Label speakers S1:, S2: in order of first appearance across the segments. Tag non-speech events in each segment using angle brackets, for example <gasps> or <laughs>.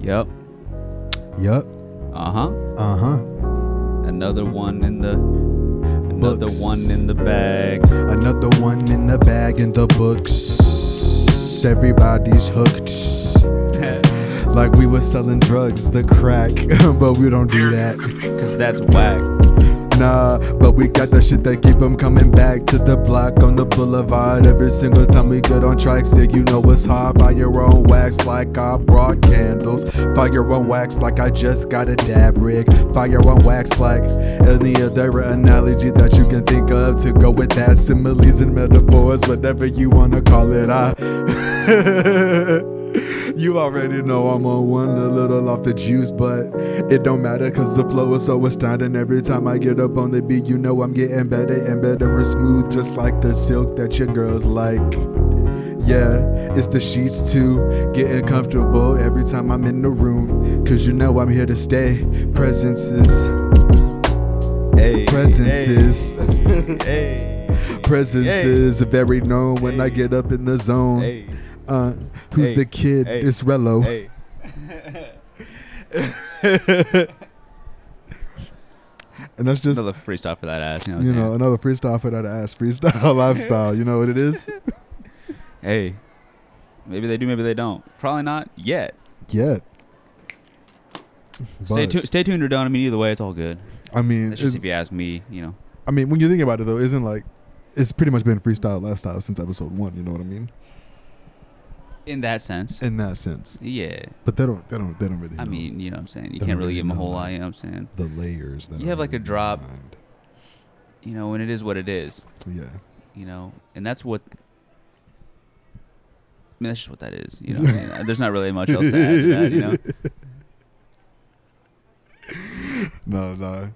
S1: Yep.
S2: Yup.
S1: Uh huh.
S2: Uh huh.
S1: Another one in the. Another
S2: Books.
S1: one in the bag. <laughs>
S2: Another one in the bag in the books. Everybody's hooked. Like we were selling drugs, the crack, <laughs> but we don't do that.
S1: Cause that's whack.
S2: Nah, but we got the shit that keep them coming back to the block on the boulevard. Every single time we get on tracks, yeah, you know it's hard. Buy your own wax like I brought candles. Fire your own wax like I just got a dab rig. Fire your own wax like any other analogy that you can think of to go with that. Similes and metaphors, whatever you wanna call it. I. <laughs> You already know I'm on one, a little off the juice, but it don't matter cause the flow is so astounding. Every time I get up on the beat, you know I'm getting better and better and smooth, just like the silk that your girls like. Yeah, it's the sheets too, getting comfortable every time I'm in the room, cause you know I'm here to stay. Presence is,
S1: Hey.
S2: presence is,
S1: Hey. <laughs>
S2: presence
S1: Hey.
S2: is very known when I
S1: Hey.
S2: get up in the zone.
S1: Hey.
S2: Uh, who's
S1: Hey.
S2: the kid?
S1: Hey.
S2: It's Rello.
S1: Hey.
S2: And that's <laughs> just
S1: Another freestyle for that ass. You know. What
S2: you
S1: I'm
S2: know,
S1: saying?
S2: another freestyle for that ass freestyle <laughs> lifestyle. You know what it
S1: <laughs>
S2: is?
S1: Hey. Maybe they do. Maybe they don't. Probably not yet.
S2: Yet.
S1: stay
S2: But,
S1: tuned. Stay tuned or don't. I mean, either way, it's all good.
S2: I mean,
S1: That's just
S2: it-
S1: if you ask me. You know.
S2: I mean, when you think about it though, isn't like it's pretty much been freestyle lifestyle since episode one. You know what I mean?
S1: In that sense.
S2: In that sense,
S1: Yeah.
S2: but they don't, they don't, they don't really.
S1: I
S2: know
S1: mean, you know what I'm saying? You
S2: Don't
S1: can't really
S2: really
S1: give them a
S2: know
S1: whole
S2: that.
S1: lot, you know what I'm saying?
S2: the layers. That
S1: you
S2: are
S1: have, like, a
S2: really
S1: drop.
S2: behind.
S1: You know, and it is what it is,
S2: Yeah.
S1: you know? And that's what. I mean, that's just what that is, you know? what I
S2: <laughs>
S1: mean? There's not really much else to add to that, you know?
S2: <laughs> No, no.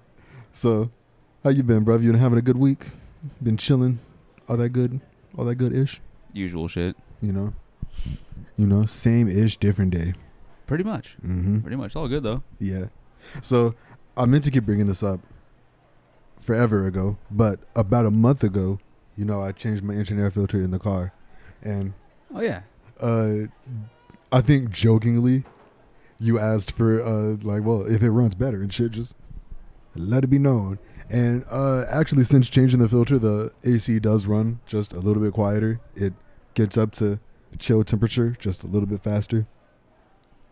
S2: So, how you been, bruv? You been having a good week? Been chilling? All that good? All that good ish?
S1: Usual shit.
S2: You know? You know, same ish, different day.
S1: Pretty much.
S2: Mm-hmm.
S1: Pretty much. It's all good, though.
S2: Yeah. So I meant to keep bringing this up forever ago, but about a month ago, you know, I changed my engine air filter in the car, and
S1: Oh, yeah.
S2: uh, I think jokingly, you asked for uh, like, well, if it runs better and shit, just let it be known. And uh, actually, since changing the filter, the AC does run just a little bit quieter. It gets up to chill temperature just a little bit faster.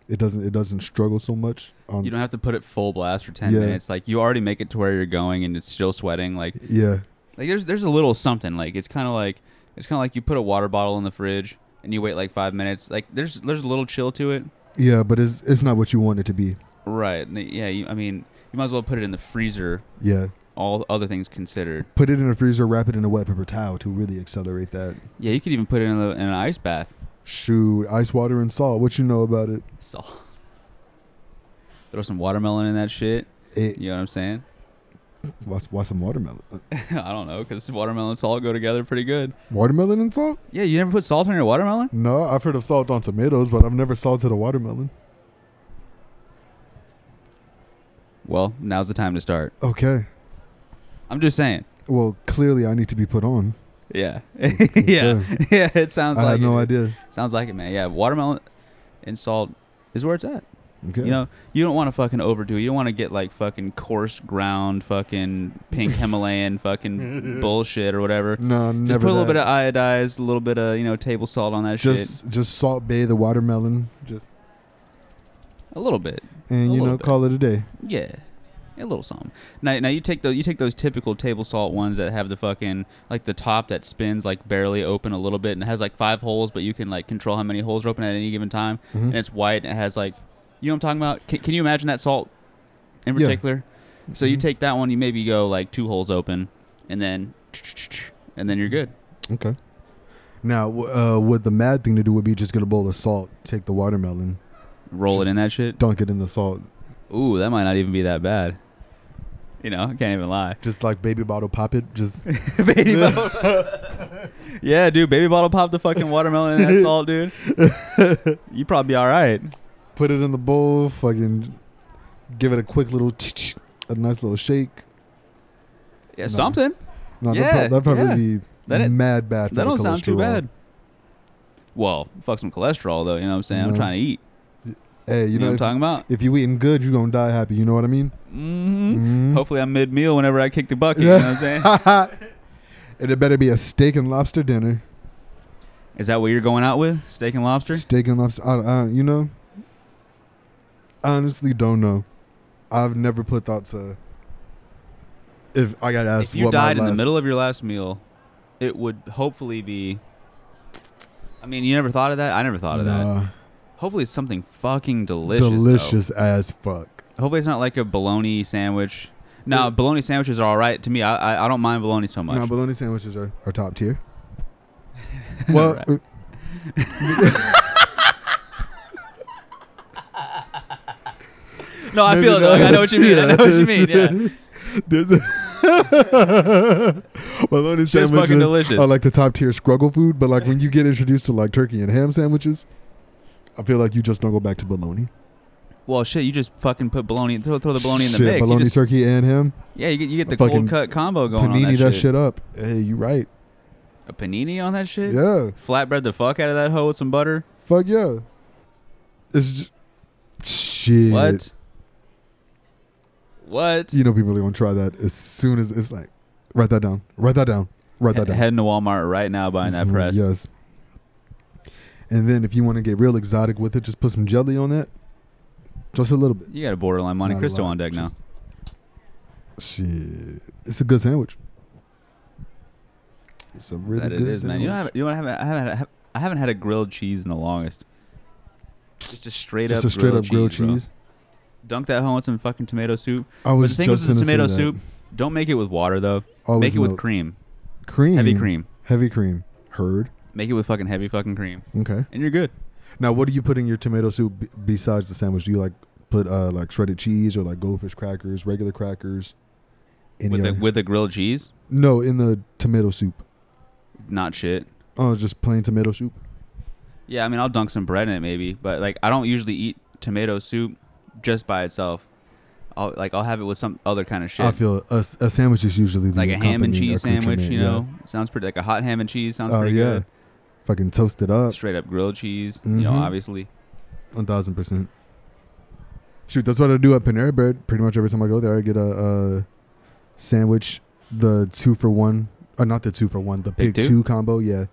S2: It doesn't. It doesn't struggle so much. On,
S1: You don't have to put it full blast for 10
S2: Yeah.
S1: minutes. Like, you already make it to where you're going and it's still sweating. Like,
S2: yeah.
S1: like there's there's a little something. Like, it's kind of like. It's kind of like you put a water bottle in the fridge and you wait like five minutes. Like there's there's a little chill to it,
S2: Yeah, but it's it's not what you want it to be.
S1: right? n- Yeah, you, I mean you might as well put it in the freezer
S2: Yeah.
S1: all other things considered.
S2: Put it in a freezer, wrap it in a wet paper towel to really accelerate that.
S1: Yeah, you could even put it in, a, in an ice bath.
S2: Shoot, ice water and salt. What you know about it?
S1: Salt. Throw some watermelon in that shit.
S2: It
S1: You know what I'm saying? <laughs>
S2: watch, watch some watermelon. Uh,
S1: I don't know, because watermelon and salt go together pretty good.
S2: Watermelon and salt?
S1: Yeah, you never put salt on your watermelon?
S2: No, I've heard of salt on tomatoes, but I've never salted a watermelon.
S1: Well, now's the time to start.
S2: Okay.
S1: I'm just saying.
S2: Well, clearly I need to be put on.
S1: Yeah. <laughs> yeah. <laughs> Yeah, it sounds
S2: I
S1: like
S2: had
S1: it.
S2: no idea.
S1: Sounds like it, man. Yeah, watermelon and salt is where it's at.
S2: Okay.
S1: You know, you don't want to fucking overdo it. You don't want to get like fucking coarse ground, fucking
S2: <laughs>
S1: pink Himalayan fucking bullshit or whatever.
S2: no,
S1: Just
S2: never.
S1: put a little
S2: that.
S1: bit of iodized, a little bit of you know table salt on that
S2: just just salt bay the watermelon,
S1: shit.
S2: just
S1: A little bit,
S2: and
S1: A
S2: you
S1: little
S2: know
S1: bit.
S2: call it a day.
S1: yeah, a little something. Now, now you take those you take those typical table salt ones that have the fucking like the top that spins like barely open a little bit and it has like five holes, but you can like control how many holes are open at any given time,
S2: Mhm.
S1: and it's white and it has like you know what I'm talking about. Can, can you imagine that salt in
S2: Yeah.
S1: particular? So you
S2: Mhm.
S1: take that one, you maybe go like two holes open, and then and then you're good.
S2: Okay. Now, w- uh, what the mad thing to do would be just get a bowl of salt, take the watermelon,
S1: Roll
S2: Just
S1: it in that shit.
S2: dunk it in the salt,
S1: Ooh, that might not even be that bad. You know, I can't even lie.
S2: just like baby bottle pop it,
S1: <laughs>
S2: just <laughs>
S1: baby bottle. yeah, dude, baby bottle pop the fucking watermelon in
S2: <laughs>
S1: that salt, dude. You probably be all right.
S2: put it in the bowl, fucking give it a quick little, a nice little shake.
S1: Yeah,
S2: No.
S1: something.
S2: No,
S1: Yeah,
S2: that'd, pro- that'd probably be
S1: That ain't-
S2: mad bad. For
S1: That
S2: the
S1: don't sound too
S2: cholesterol.
S1: bad. Well, fuck some cholesterol though. You know what I'm saying? I'm
S2: No.
S1: trying to eat.
S2: Hey, you
S1: You know
S2: know,
S1: what I'm
S2: if,
S1: talking about?
S2: if you eating good, you gonna die happy. You know what I mean?
S1: hmm
S2: Mhm.
S1: Hopefully, I'm mid meal whenever I kick the bucket. You know what I'm
S2: <laughs>
S1: saying?
S2: and it better be a steak and lobster dinner.
S1: Is that what you're going out with? Steak and lobster?
S2: Steak and lobster. I, I, you know, I honestly don't know. I've never put thought to. If I gotta ask,
S1: if you
S2: what
S1: died
S2: my
S1: in the
S2: last-
S1: middle of your last meal, it would hopefully be. I mean, you never thought of that. I never thought of that.
S2: Nah.
S1: Hopefully, it's something fucking delicious. though.
S2: delicious as fuck.
S1: Hopefully, it's not like a bologna sandwich. Now,
S2: Yeah.
S1: bologna sandwiches are all right to me. I I, I don't mind bologna so much.
S2: No, bologna sandwiches are, are
S1: <laughs>
S2: top tier. well,
S1: Right.
S2: uh,
S1: no, I
S2: maybe
S1: feel it. though. Like, I
S2: not.
S1: know what you
S2: <laughs>
S1: mean. I know what you mean. Yeah.
S2: there's a bologna
S1: Shit's fucking
S2: sandwiches
S1: delicious.
S2: are like the top tier struggle food, but like when you get introduced to like turkey and ham sandwiches, I feel like you just don't go back to bologna.
S1: Well, shit, you just fucking put bologna, throw, throw the bologna in the
S2: Shit,
S1: mix. You
S2: Bologna,
S1: just-
S2: turkey, and ham.
S1: Yeah, you get you get
S2: A
S1: the
S2: fucking
S1: cold cut combo going
S2: Panini
S1: on
S2: that,
S1: that,
S2: shit. up. Hey, you right.
S1: A panini on that shit.
S2: Yeah.
S1: Flatbread the fuck out of that hoe with some butter.
S2: Fuck yeah. It's j- shit.
S1: What? What?
S2: You know people are gonna try that as soon as it's like write that down. Write that down. Write that down.
S1: Heading to Walmart right now buying
S2: <laughs>
S1: that
S2: Mm,
S1: press.
S2: Yes. And then if you want to get real exotic with it, just put some jelly on that. Just a little bit.
S1: You got a borderline Monte
S2: Not a
S1: Cristo
S2: lot,
S1: on deck now.
S2: just- Shit. It's a good sandwich. It's a really
S1: that
S2: good
S1: it is, man.
S2: sandwich.
S1: You don't have, you don't have, I haven't had, I haven't had a grilled cheese in the longest. Just a straight
S2: just
S1: up
S2: a straight
S1: grilled
S2: up grilled
S1: bro.
S2: cheese.
S1: Dunk that hoe in some fucking tomato soup.
S2: I
S1: But
S2: was
S1: the thing was
S2: just
S1: with the
S2: gonna say
S1: tomato
S2: that.
S1: soup, don't make it with water though.
S2: Always
S1: make it with
S2: milk. Mm.
S1: cream,
S2: cream.
S1: heavy cream.
S2: Heavy cream. Heard.
S1: Make it with fucking heavy fucking cream,
S2: Okay.
S1: and you're good.
S2: Now, what do you put in your tomato soup b- besides the sandwich? Do you like put uh, like shredded cheese or like goldfish crackers, regular crackers? Any
S1: with
S2: other-
S1: the with a grilled cheese,
S2: no, in the tomato soup.
S1: not shit.
S2: Oh, just plain tomato soup.
S1: Yeah, I mean, I'll dunk some bread in it maybe, but like I don't usually eat tomato soup just by itself. I'll like I'll have it with some other kind of shit,
S2: I feel a, a sandwich is usually the
S1: like a ham and
S2: accompanying
S1: cheese sandwich.
S2: accoutrement,
S1: You know, sounds pretty like a hot ham and cheese sounds
S2: Oh
S1: pretty
S2: yeah,
S1: good.
S2: fucking toast it up
S1: Straight up grilled cheese, you know,
S2: Mhm.
S1: obviously.
S2: one thousand percent. Shoot, that's what I do at Panera Bread. Pretty much every time I go there, I get a, uh sandwich, the two for one, or not the two for one, the pick,
S1: Pick
S2: two?
S1: two?
S2: combo. Yeah,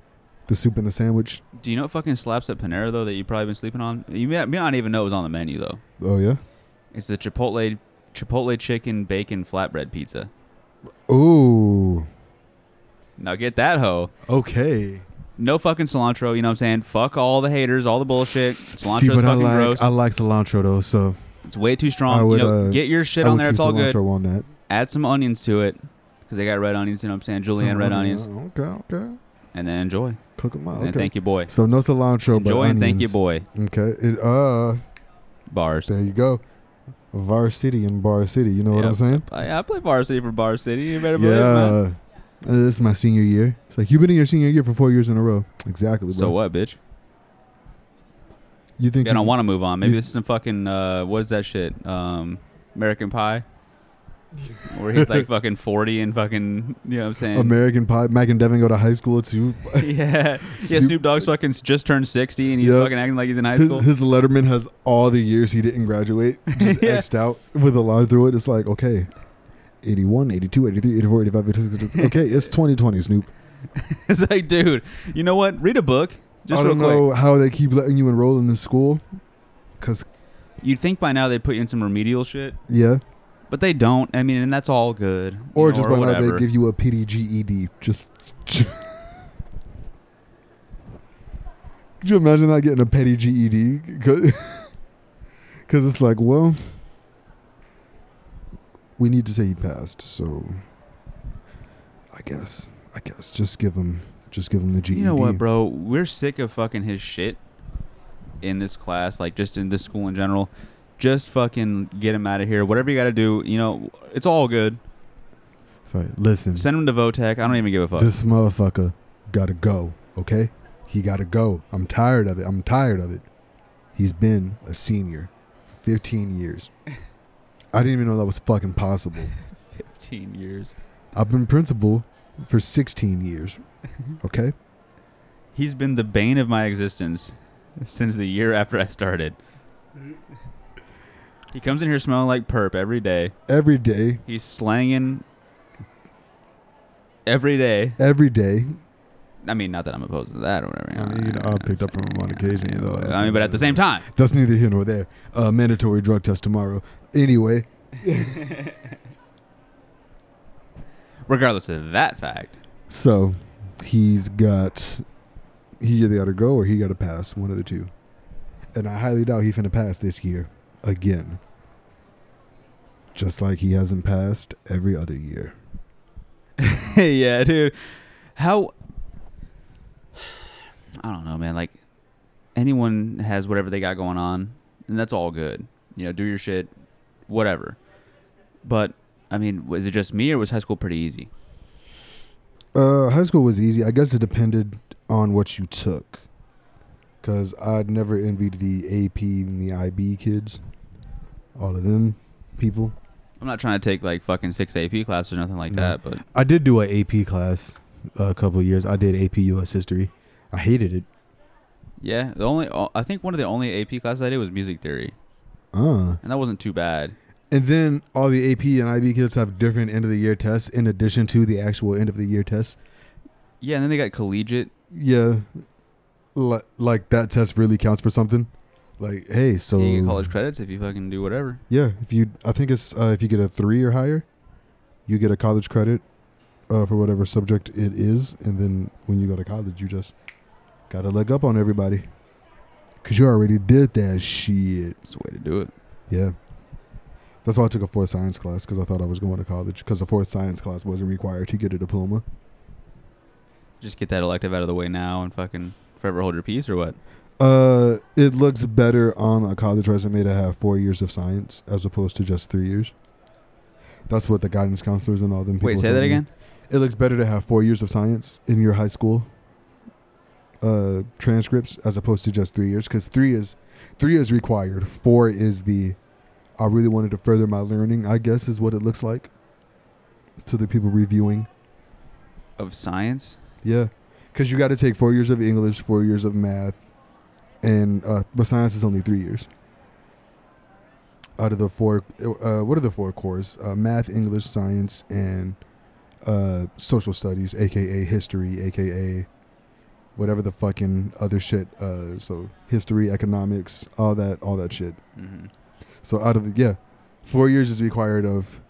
S2: the soup and the sandwich.
S1: Do you know what fucking slaps at Panera though that you probably been sleeping on? You may, may not even know it was on the menu though.
S2: Oh yeah.
S1: It's the Chipotle Chipotle chicken bacon flatbread pizza.
S2: Ooh.
S1: Now get that hoe.
S2: Okay.
S1: No fucking cilantro, you know what I'm saying? Fuck all the haters, all the bullshit. Cilantro's
S2: See, but
S1: fucking
S2: I like
S1: gross.
S2: I like cilantro though, so
S1: It's way too
S2: I
S1: strong.
S2: would,
S1: you know,
S2: uh,
S1: get your shit
S2: I
S1: on
S2: would
S1: there. It's
S2: keep
S1: all good.
S2: cilantro on that.
S1: Add some onions to it because they got red onions. You know what I'm saying? Julienne
S2: Some
S1: red onions,
S2: Okay, okay.
S1: and then enjoy.
S2: Cook them out.
S1: And
S2: Okay.
S1: thank you, boy.
S2: So no cilantro, but
S1: enjoy and thank you,
S2: onions.
S1: boy.
S2: Okay. It, uh,
S1: Bars.
S2: there you go. Varsity and Bar City. You know what
S1: Yeah.
S2: I'm saying?
S1: I, I play varsity for Bar City. You better believe it,
S2: Yeah. Uh, This is my senior year. It's like you've been in your senior year for four years in a row. Exactly. Bro.
S1: man. So what, bitch?
S2: You think?
S1: They
S2: you-
S1: don't want to move on. Maybe
S2: you-
S1: this
S2: <laughs>
S1: is some fucking uh, what is that shit? Um, American
S2: <laughs>
S1: Pie, where he's like fucking forty and fucking you know what I'm saying.
S2: American Pie. Mac and Devin go to high school too.
S1: <laughs> yeah, yeah.
S2: Snoop-
S1: Snoop Dogg's fucking s- just turned sixty, and he's
S2: Yeah.
S1: fucking acting like he's in high
S2: <laughs> His,
S1: school. <laughs>
S2: his letterman has all the years he didn't graduate just
S1: Yeah.
S2: X'd out with a line through it. It's like, okay, 81, 82, 83, 84, 85, 86. Okay, it's 2020, Snoop.
S1: it's like, dude, you know what? Read a book. Just
S2: I
S1: real
S2: don't
S1: quick.
S2: know how they keep letting you enroll in this school. Because,
S1: You'd think by now they put you in some remedial shit,
S2: yeah.
S1: but they don't. I mean, and that's all good. you
S2: Or
S1: know,
S2: just by now they
S1: whatever.
S2: give you a PDGED. E Just. <laughs> Could you imagine not getting a petty GED? <laughs> Because it's like, well, we need to say he passed, so I guess, I guess, just give him, just give him the E GED.
S1: You know what, bro? We're sick of fucking his shit in this class, like just in this school in general. Just fucking get him out of here. Whatever you got to do, you know, it's all good.
S2: Sorry, listen,
S1: Send him to Votech. I don't even give a fuck.
S2: this motherfucker gotta go. Okay, he gotta go. I'm tired of it. I'm tired of it. He's been a senior for 15 years. I didn't even know that was fucking possible.
S1: 15 years.
S2: I've been principal for 16 years. Okay,
S1: He's been the bane of my existence since the year after I started. He comes in here smelling like perp every day.
S2: Every day,
S1: He's slanging every day.
S2: every day.
S1: I mean, not that I'm opposed to that or whatever.
S2: I mean, you know, I picked up from him on occasion, you know what I'm
S1: I mean, but at the same
S2: saying?
S1: time,
S2: That's neither here nor there. Uh, mandatory drug test tomorrow. Anyway,
S1: regardless of that fact,
S2: so he's got he either got to go or he got to pass one of the two, and I highly doubt he finna pass this year again. Just like he hasn't passed every other year.
S1: yeah, dude. How? I don't know, man. Like anyone has whatever they got going on, and that's all good. You know, do your shit, whatever. But I mean, was it just me or was high school pretty easy?
S2: Uh, high school was easy. I guess it depended on what you took. Cause I'd never envied the AP and the IB kids, all of them people.
S1: I'm not trying to take like fucking six AP classes or nothing like
S2: No.
S1: that, but
S2: I did do a AP class a couple of years. I did AP US history. I hated it.
S1: yeah, the only I think one of the only AP classes I did was music theory,
S2: Uh.
S1: and that wasn't too bad.
S2: And then all the AP and IB kids have different end of the year tests in addition to the actual end of the year tests.
S1: Yeah, and then they got collegiate.
S2: Yeah. Like, like that test really counts for something. Like, hey, so
S1: you get college credits if you fucking do whatever.
S2: Yeah, if you, I think it's uh, if you get a three or higher, you get a college credit uh, for whatever subject it is, and then when you go to college, you just got to leg up on everybody, cause you already did that shit.
S1: It's the way to do it.
S2: Yeah, that's why I took a fourth science class, cause I thought I was going to college, cause the fourth science class wasn't required to get a diploma.
S1: Just get that elective out of the way now and fucking forever hold your peace or what?
S2: Uh, it looks better on a college resume to have four years of science as opposed to just three years. That's what the guidance counselors and all them people.
S1: Wait, say
S2: told
S1: that
S2: me.
S1: again.
S2: it looks better to have four years of science in your high school uh, transcripts as opposed to just three years because three is three is required four is the i really wanted to further my learning i guess is what it looks like to the people reviewing
S1: Of science?
S2: yeah because you got to take four years of english four years of math and uh, but science is only three years out of the four uh, what are the four cores uh, math english science and uh, social studies aka history aka whatever the fucking other shit uh, so history economics all that all that shit
S1: Mm-hmm.
S2: so out of the, yeah four years is required of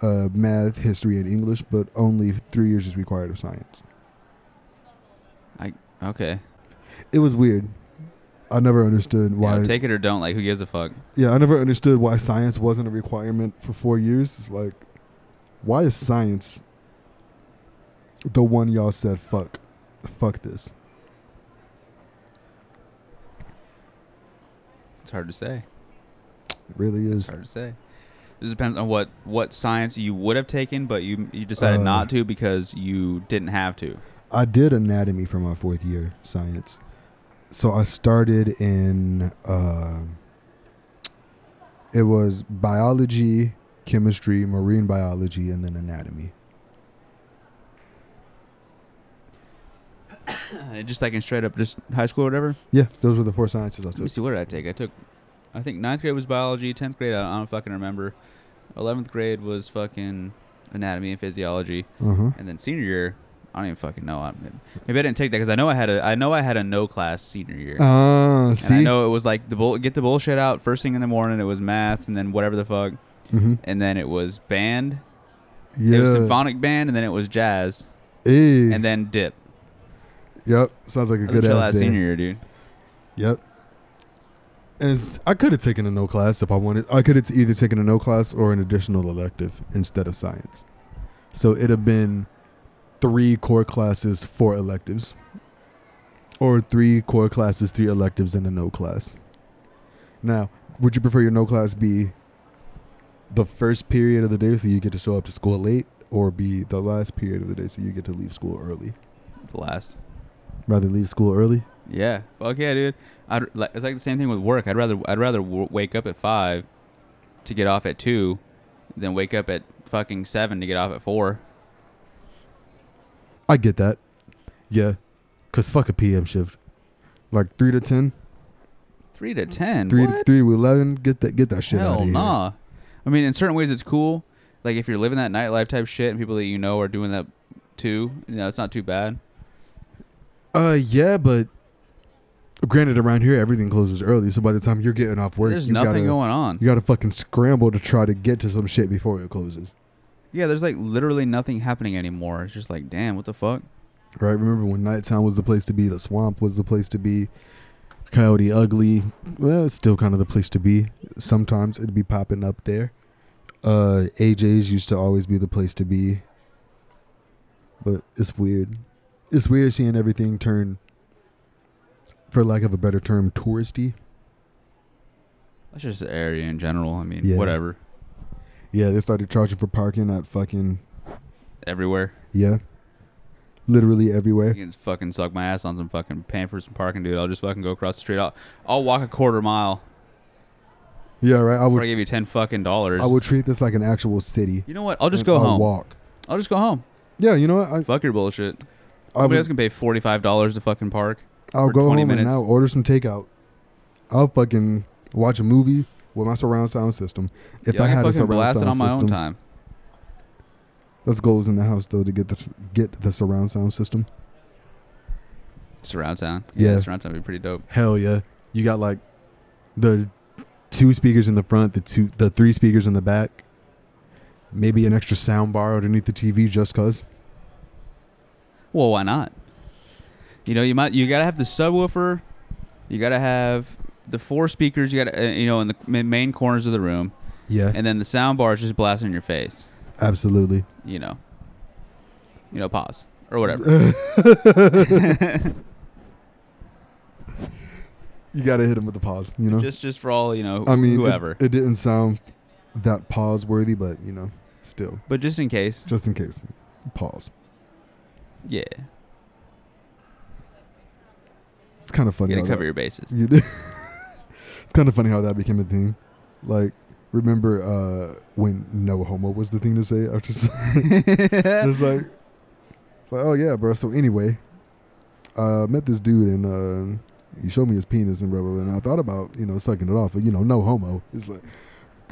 S2: uh, math history and english but only three years is required of science
S1: Okay.
S2: it was weird. I never understood
S1: Why?
S2: why. Yeah,
S1: take it or don't. Like, who gives a fuck?
S2: I never understood why science wasn't a requirement for four years. It's like, why is science the one y'all said fuck, fuck this?
S1: It's hard to say.
S2: It really
S1: It's
S2: is.
S1: hard to say. This depends on what what science you would have taken, but you you decided
S2: Uh,
S1: not to because you didn't have to.
S2: I did anatomy for my fourth year science, so I started in. Uh, it was biology, chemistry, marine biology, and then anatomy.
S1: just like in straight up just high school or whatever.
S2: Yeah, those were the four sciences I
S1: Let me
S2: took.
S1: see. What did I take? I took, I think ninth grade was biology. Tenth grade, I don't fucking remember. Eleventh grade was fucking anatomy and physiology.
S2: Uh huh.
S1: And then senior year, I don't even fucking know. I, maybe I didn't take that because I know I had a I know I had a no class senior year.
S2: Ah,
S1: and I
S2: see.
S1: know it was like the bull, get the bullshit out first thing in the morning. It was math and then whatever the fuck,
S2: Mm-hmm.
S1: and then it was band.
S2: Yeah.
S1: It was symphonic band, and then it was jazz,
S2: Ayy.
S1: and then dip.
S2: Yep, sounds like a
S1: That was
S2: good
S1: a chill
S2: ass
S1: ass
S2: day.
S1: senior year, dude.
S2: Yep. And it's- I could have taken a no class if I wanted. I could have either taken a no class or an additional elective instead of science. So it'd have been three core classes, four electives, or three core classes, three electives, and a no class. Now, would you prefer your no class be the first period of the day so you get to show up to school late, or be the last period of the day so you get to leave school early?
S1: The last.
S2: Rather leave school early.
S1: Yeah, fuck yeah, dude. I'd, like, it's like the same thing with work. I'd rather I'd rather w- wake up at five to get off at two, than wake up at fucking seven to get off at four.
S2: I get that. Yeah. Cause fuck a PM shift. Like three to ten.
S1: Three to ten.
S2: Three
S1: What?
S2: three to eleven. Get that get that shit out
S1: Hell
S2: of here.
S1: nah. I mean, in certain ways, it's cool. Like if you're living that nightlife type shit, and people that you know are doing that too, you know, it's not too bad.
S2: Uh, yeah, but granted, around here everything closes early, so by the time you're getting off work,
S1: There's
S2: you
S1: nothing
S2: gotta,
S1: going on.
S2: You gotta fucking scramble to try to get to some shit before it closes,
S1: Yeah, there's like literally nothing happening anymore. It's just like, damn, what the fuck?
S2: right? Remember when Nighttown was the place to be, the swamp was the place to be, Coyote Ugly, well, it's still kind of the place to be. Sometimes it'd be popping up there. Uh, AJ's used to always be the place to be, but it's weird. It's weird seeing everything turn, for lack of a better term, touristy.
S1: That's just the area in general. I mean,
S2: Yeah.
S1: whatever.
S2: Yeah, they started charging for parking at fucking
S1: Everywhere.
S2: yeah, literally everywhere.
S1: You can fucking suck my ass on some fucking paying for some parking, dude. I'll just fucking go across the street. I'll, I'll walk a quarter mile
S2: Yeah, right. I
S1: before I
S2: would
S1: give you ten fucking dollars.
S2: I would treat this like an actual city.
S1: you know what? I'll just
S2: and
S1: go
S2: I'll
S1: home.
S2: Walk.
S1: I'll just go home.
S2: Yeah, you know what? I,
S1: Fuck your bullshit.
S2: I
S1: Somebody else
S2: was,
S1: can pay forty five dollars to fucking park.
S2: I'll
S1: for
S2: go
S1: 20
S2: home and
S1: minutes.
S2: now order some takeout. I'll fucking watch a movie with my surround sound system. If
S1: Yeah,
S2: I
S1: can
S2: had a
S1: fucking
S2: surround
S1: blast it
S2: sound
S1: on my own
S2: system,
S1: time.
S2: that's goals in the house though to get the s- get the surround sound system.
S1: Surround sound.
S2: Yeah.
S1: surround sound would be pretty dope.
S2: Hell yeah. You got like the two speakers in the front, the two the three speakers in the back. Maybe an extra sound bar underneath the TV just cuz.
S1: Well, why not? You know, you might you gotta have the subwoofer, you gotta have the four speakers. You gotta uh, you know in the ma- main corners of the room,
S2: Yeah.
S1: and then the sound bar is just blasting in your face.
S2: Absolutely.
S1: You know, you know, pause or whatever.
S2: You got to hit him with the pause, you know?
S1: just just for all you know,
S2: I mean, it-
S1: whoever.
S2: It, didn't sound that pause worthy, but you know, still,
S1: but just in case,
S2: just in case. Pause.
S1: yeah,
S2: It's kind of
S1: you
S2: funny.
S1: gotta
S2: how
S1: cover
S2: that-
S1: your
S2: <laughs>
S1: bases. <laughs>
S2: you did. it's kind of funny how that became a thing. Like, remember uh, when no homo was the thing to say
S1: <laughs>
S2: after s- it's like, it's like, oh yeah, bro. So anyway, uh, met this dude and uh, he showed me his penis and blah blah, blah, and I thought about you know sucking it off, but you know, no homo. It's like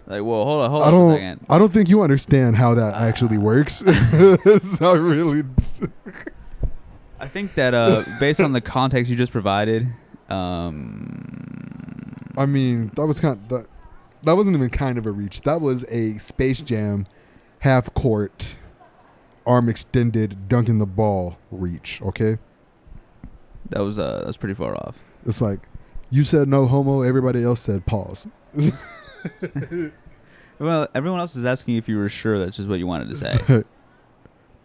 S1: Like, whoa, hold on, hold
S2: I
S1: on a
S2: don't,
S1: second. Ah.
S2: I don't think you understand how that actually works. <laughs> so I really,
S1: I think that uh, based on the context you just provided, um,
S2: I mean, that was kind that, that wasn't even kind of a reach. That was a Space Jam, half court, arm extended, dunking the ball reach. Okay.
S1: that was uh, that was pretty far off.
S2: It's like you said no homo, everybody else said pause. <laughs>
S1: Well, everyone else is asking if you were sure that's just what you wanted to
S2: <laughs>
S1: say.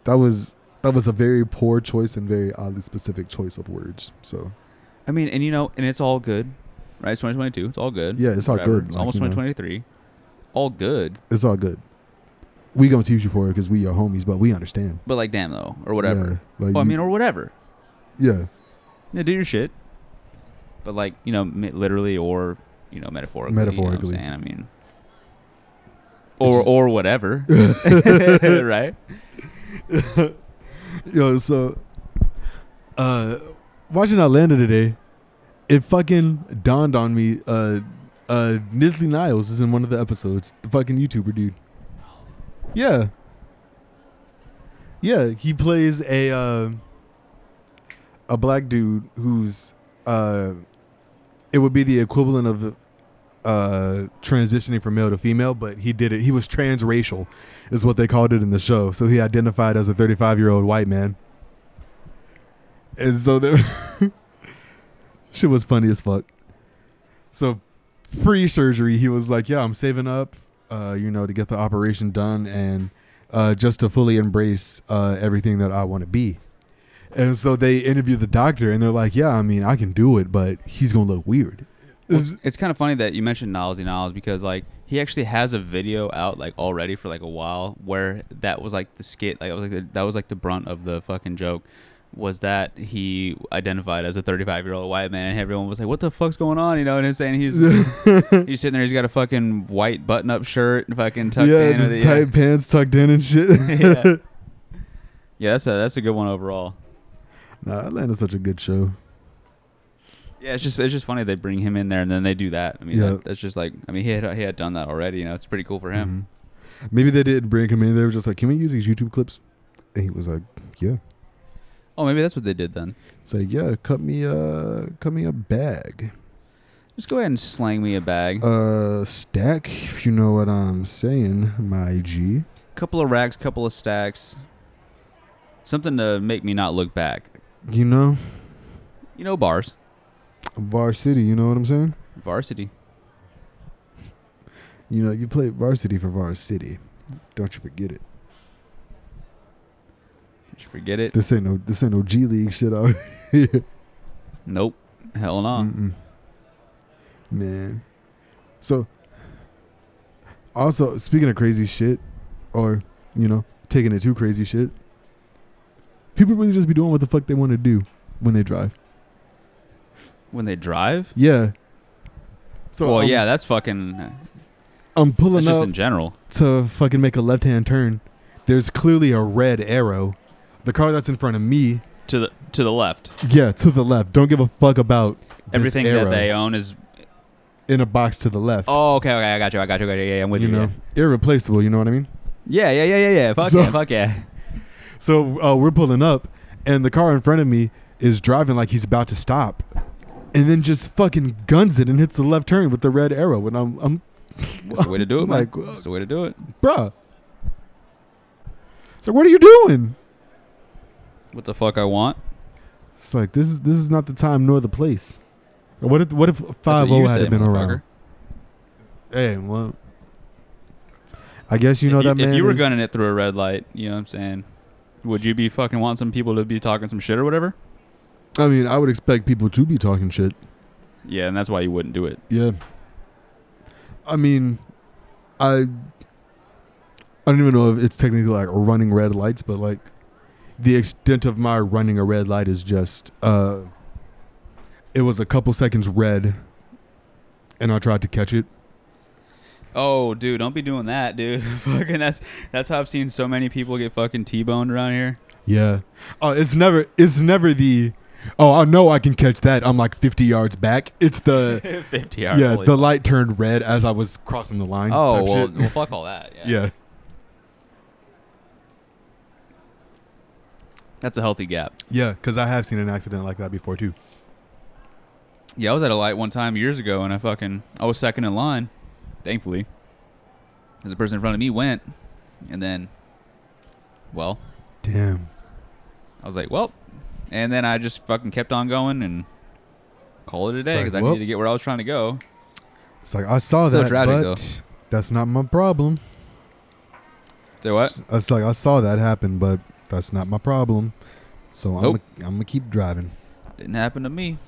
S2: that was that was a very poor choice and very oddly specific choice of words. So
S1: I mean, and you know, and it's all good, right? It's 2022. It's all good.
S2: Yeah, it's all
S1: Whatever.
S2: good,
S1: It's
S2: like,
S1: almost
S2: you know.
S1: 2023. All good,
S2: it's all good. We gonna teach you for it because we are homies, but we understand.
S1: but like, damn though, or whatever.
S2: Yeah, like
S1: Well, I
S2: you-
S1: mean, or whatever.
S2: yeah.
S1: Yeah, do your shit. But like, you know, mi- literally or you know, metaphorically.
S2: Metaphorically.
S1: You know what I'm saying? I mean, or or whatever,
S2: <laughs>
S1: <laughs> right?
S2: Yo, so uh watching Atlanta today, it fucking dawned on me uh uh Nisley Niles is in one of the episodes. The fucking YouTuber dude. Yeah. Yeah, he plays a uh, a black dude who's uh it would be the equivalent of uh transitioning from male to female, but he did it. He was transracial is what they called it in the show. So he identified as a 35 year old white man. And so there, <laughs> shit was funny as fuck. So pre surgery, he was like, "Yeah, I'm saving up, uh, you know, to get the operation done and uh, just to fully embrace uh, everything that I want to be." And so they interview the doctor, and they're like, "Yeah, I mean, I can do it, but he's gonna look weird."
S1: It's, it's kind of funny that you mentioned Knowlesy Knowles because like he actually has a video out like already for like a while where that was like the skit like it was like the, that was like the brunt of the fucking joke was that he identified as a 35 year old white man and everyone was like what the fuck's going on you know and he's saying
S2: <laughs>
S1: he's he's sitting there he's got a fucking white button up shirt and fucking tucked
S2: yeah,
S1: in
S2: the
S1: with it,
S2: tight pants tucked in and shit.
S1: yeah. <laughs>
S2: <laughs>
S1: yeah yeah that's a that's a good one overall
S2: nah, Atlanta's such a good show.
S1: Yeah, it's just it's just funny they bring him in there and then they do that. I mean,
S2: Yeah. Mm-hmm.
S1: that, that's just like I mean he had he had done that already. You know, it's pretty cool for him.
S2: Maybe they didn't bring him in. They were just like, "Can we use these YouTube clips?" And he was like, "Yeah."
S1: Oh, maybe that's what they did then.
S2: It's like, "Yeah, cut me a cut me a bag,
S1: Just go ahead and slang me a bag, a
S2: uh, stack, if you know what I'm saying, my G."
S1: couple of racks, couple of stacks, something to make me not look back.
S2: You know,
S1: You know, bars,
S2: varsity. You know what I'm saying?
S1: varsity.
S2: You know, you play varsity for varsity. Don't you forget it.
S1: Did you forget
S2: <laughs>
S1: it?
S2: This ain't no this ain't no G League shit out here.
S1: Nope. Hell no.
S2: Mm-mm. Man. So also speaking of crazy shit or you know, taking it too crazy shit. People really just be doing what the fuck they want to do when they drive.
S1: When they drive.
S2: Yeah. So um,
S1: well,
S2: I'm,
S1: yeah, that's fucking. uh,
S2: I'm
S1: That's
S2: pulling
S1: just
S2: up
S1: in general.
S2: to fucking make a left-hand turn. There's clearly a red arrow. The car that's in front of me,
S1: To the to the left,
S2: yeah, to the left. Don't give a fuck about this
S1: everything
S2: arrow
S1: that they own is.
S2: in a box to the left.
S1: Oh, okay, okay, I got you, I got you, I got you. Yeah, yeah, I'm with
S2: you
S1: you.
S2: know, irreplaceable. You know what I mean?
S1: Yeah, yeah, yeah, yeah, yeah. yeah. Fuck
S2: So-
S1: yeah, fuck
S2: <laughs>
S1: yeah.
S2: So uh, we're pulling up, and the car in front of me is driving like he's about to stop, and then just fucking guns it and hits the left turn with the red arrow. And I'm, I'm,
S1: That's the way to do it, man.
S2: Like,
S1: That's the way to do it.
S2: bruh. So what are you doing?
S1: What the fuck I want?
S2: It's like this is this is not the time nor the place. What if what if
S1: That's
S2: five
S1: what you
S2: O had
S1: say,
S2: have been
S1: motherfucker.
S2: around? Hey, well, I guess you know
S1: if
S2: that
S1: you,
S2: man.
S1: If you were
S2: is-
S1: gunning it through a red light, you know what I'm saying? Would you be fucking wanting some people to be talking some shit or whatever?
S2: I mean, I would expect people to be talking shit.
S1: Yeah, and that's why you wouldn't do it.
S2: Yeah. I mean, I I don't even know if it's technically like running red lights, but like the extent of my running a red light is just uh it was a couple seconds red and I tried to catch it.
S1: Oh, dude, don't be doing that, dude. <laughs> fucking that's that's how I've seen so many people get fucking T-boned around <laughs> here.
S2: Yeah. Oh, it's never it's never the oh, I know I can catch that. I'm like 50 yards back.
S1: <laughs>
S2: It's the
S1: 50 hours.
S2: yeah, the light turned red as I was crossing the line.
S1: Oh,
S2: type
S1: well,
S2: shit.
S1: well, fuck all that. Yeah.
S2: yeah.
S1: That's a healthy gap.
S2: Yeah, cuz I have seen an accident like that before too.
S1: Yeah, I was at a light one time years ago, and I fucking I was second in line, thankfully. And the person in front of me went, and then, well,
S2: Damn.
S1: I was like, well, and then I just fucking kept on going and called it a day
S2: like,
S1: because I
S2: well.
S1: needed to get where I was trying to go.
S2: It's like I saw
S1: Still
S2: that,
S1: tragic,
S2: but
S1: though.
S2: that's not my problem.
S1: Say what?
S2: S- It's like I saw that happen, but that's not my problem. So
S1: Nope.
S2: I'm i I'm gonna keep driving.
S1: Didn't happen to me.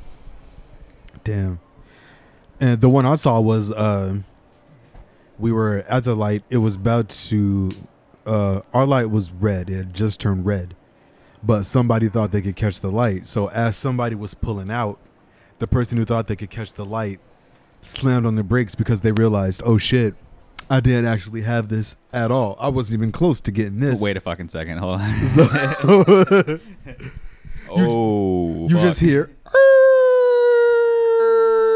S2: Damn. And the one I saw was uh, we were at the light. It was about to. Uh, our light was red. It had just turned red, but somebody thought they could catch the light. So as somebody was pulling out, the person who thought they could catch the light slammed on the brakes because they realized, oh shit, I didn't actually have this at all. I wasn't even close to getting this.
S1: Wait a fucking second. Hold
S2: <laughs>
S1: on.
S2: So-
S1: oh,
S2: You
S1: fuck.
S2: just hear,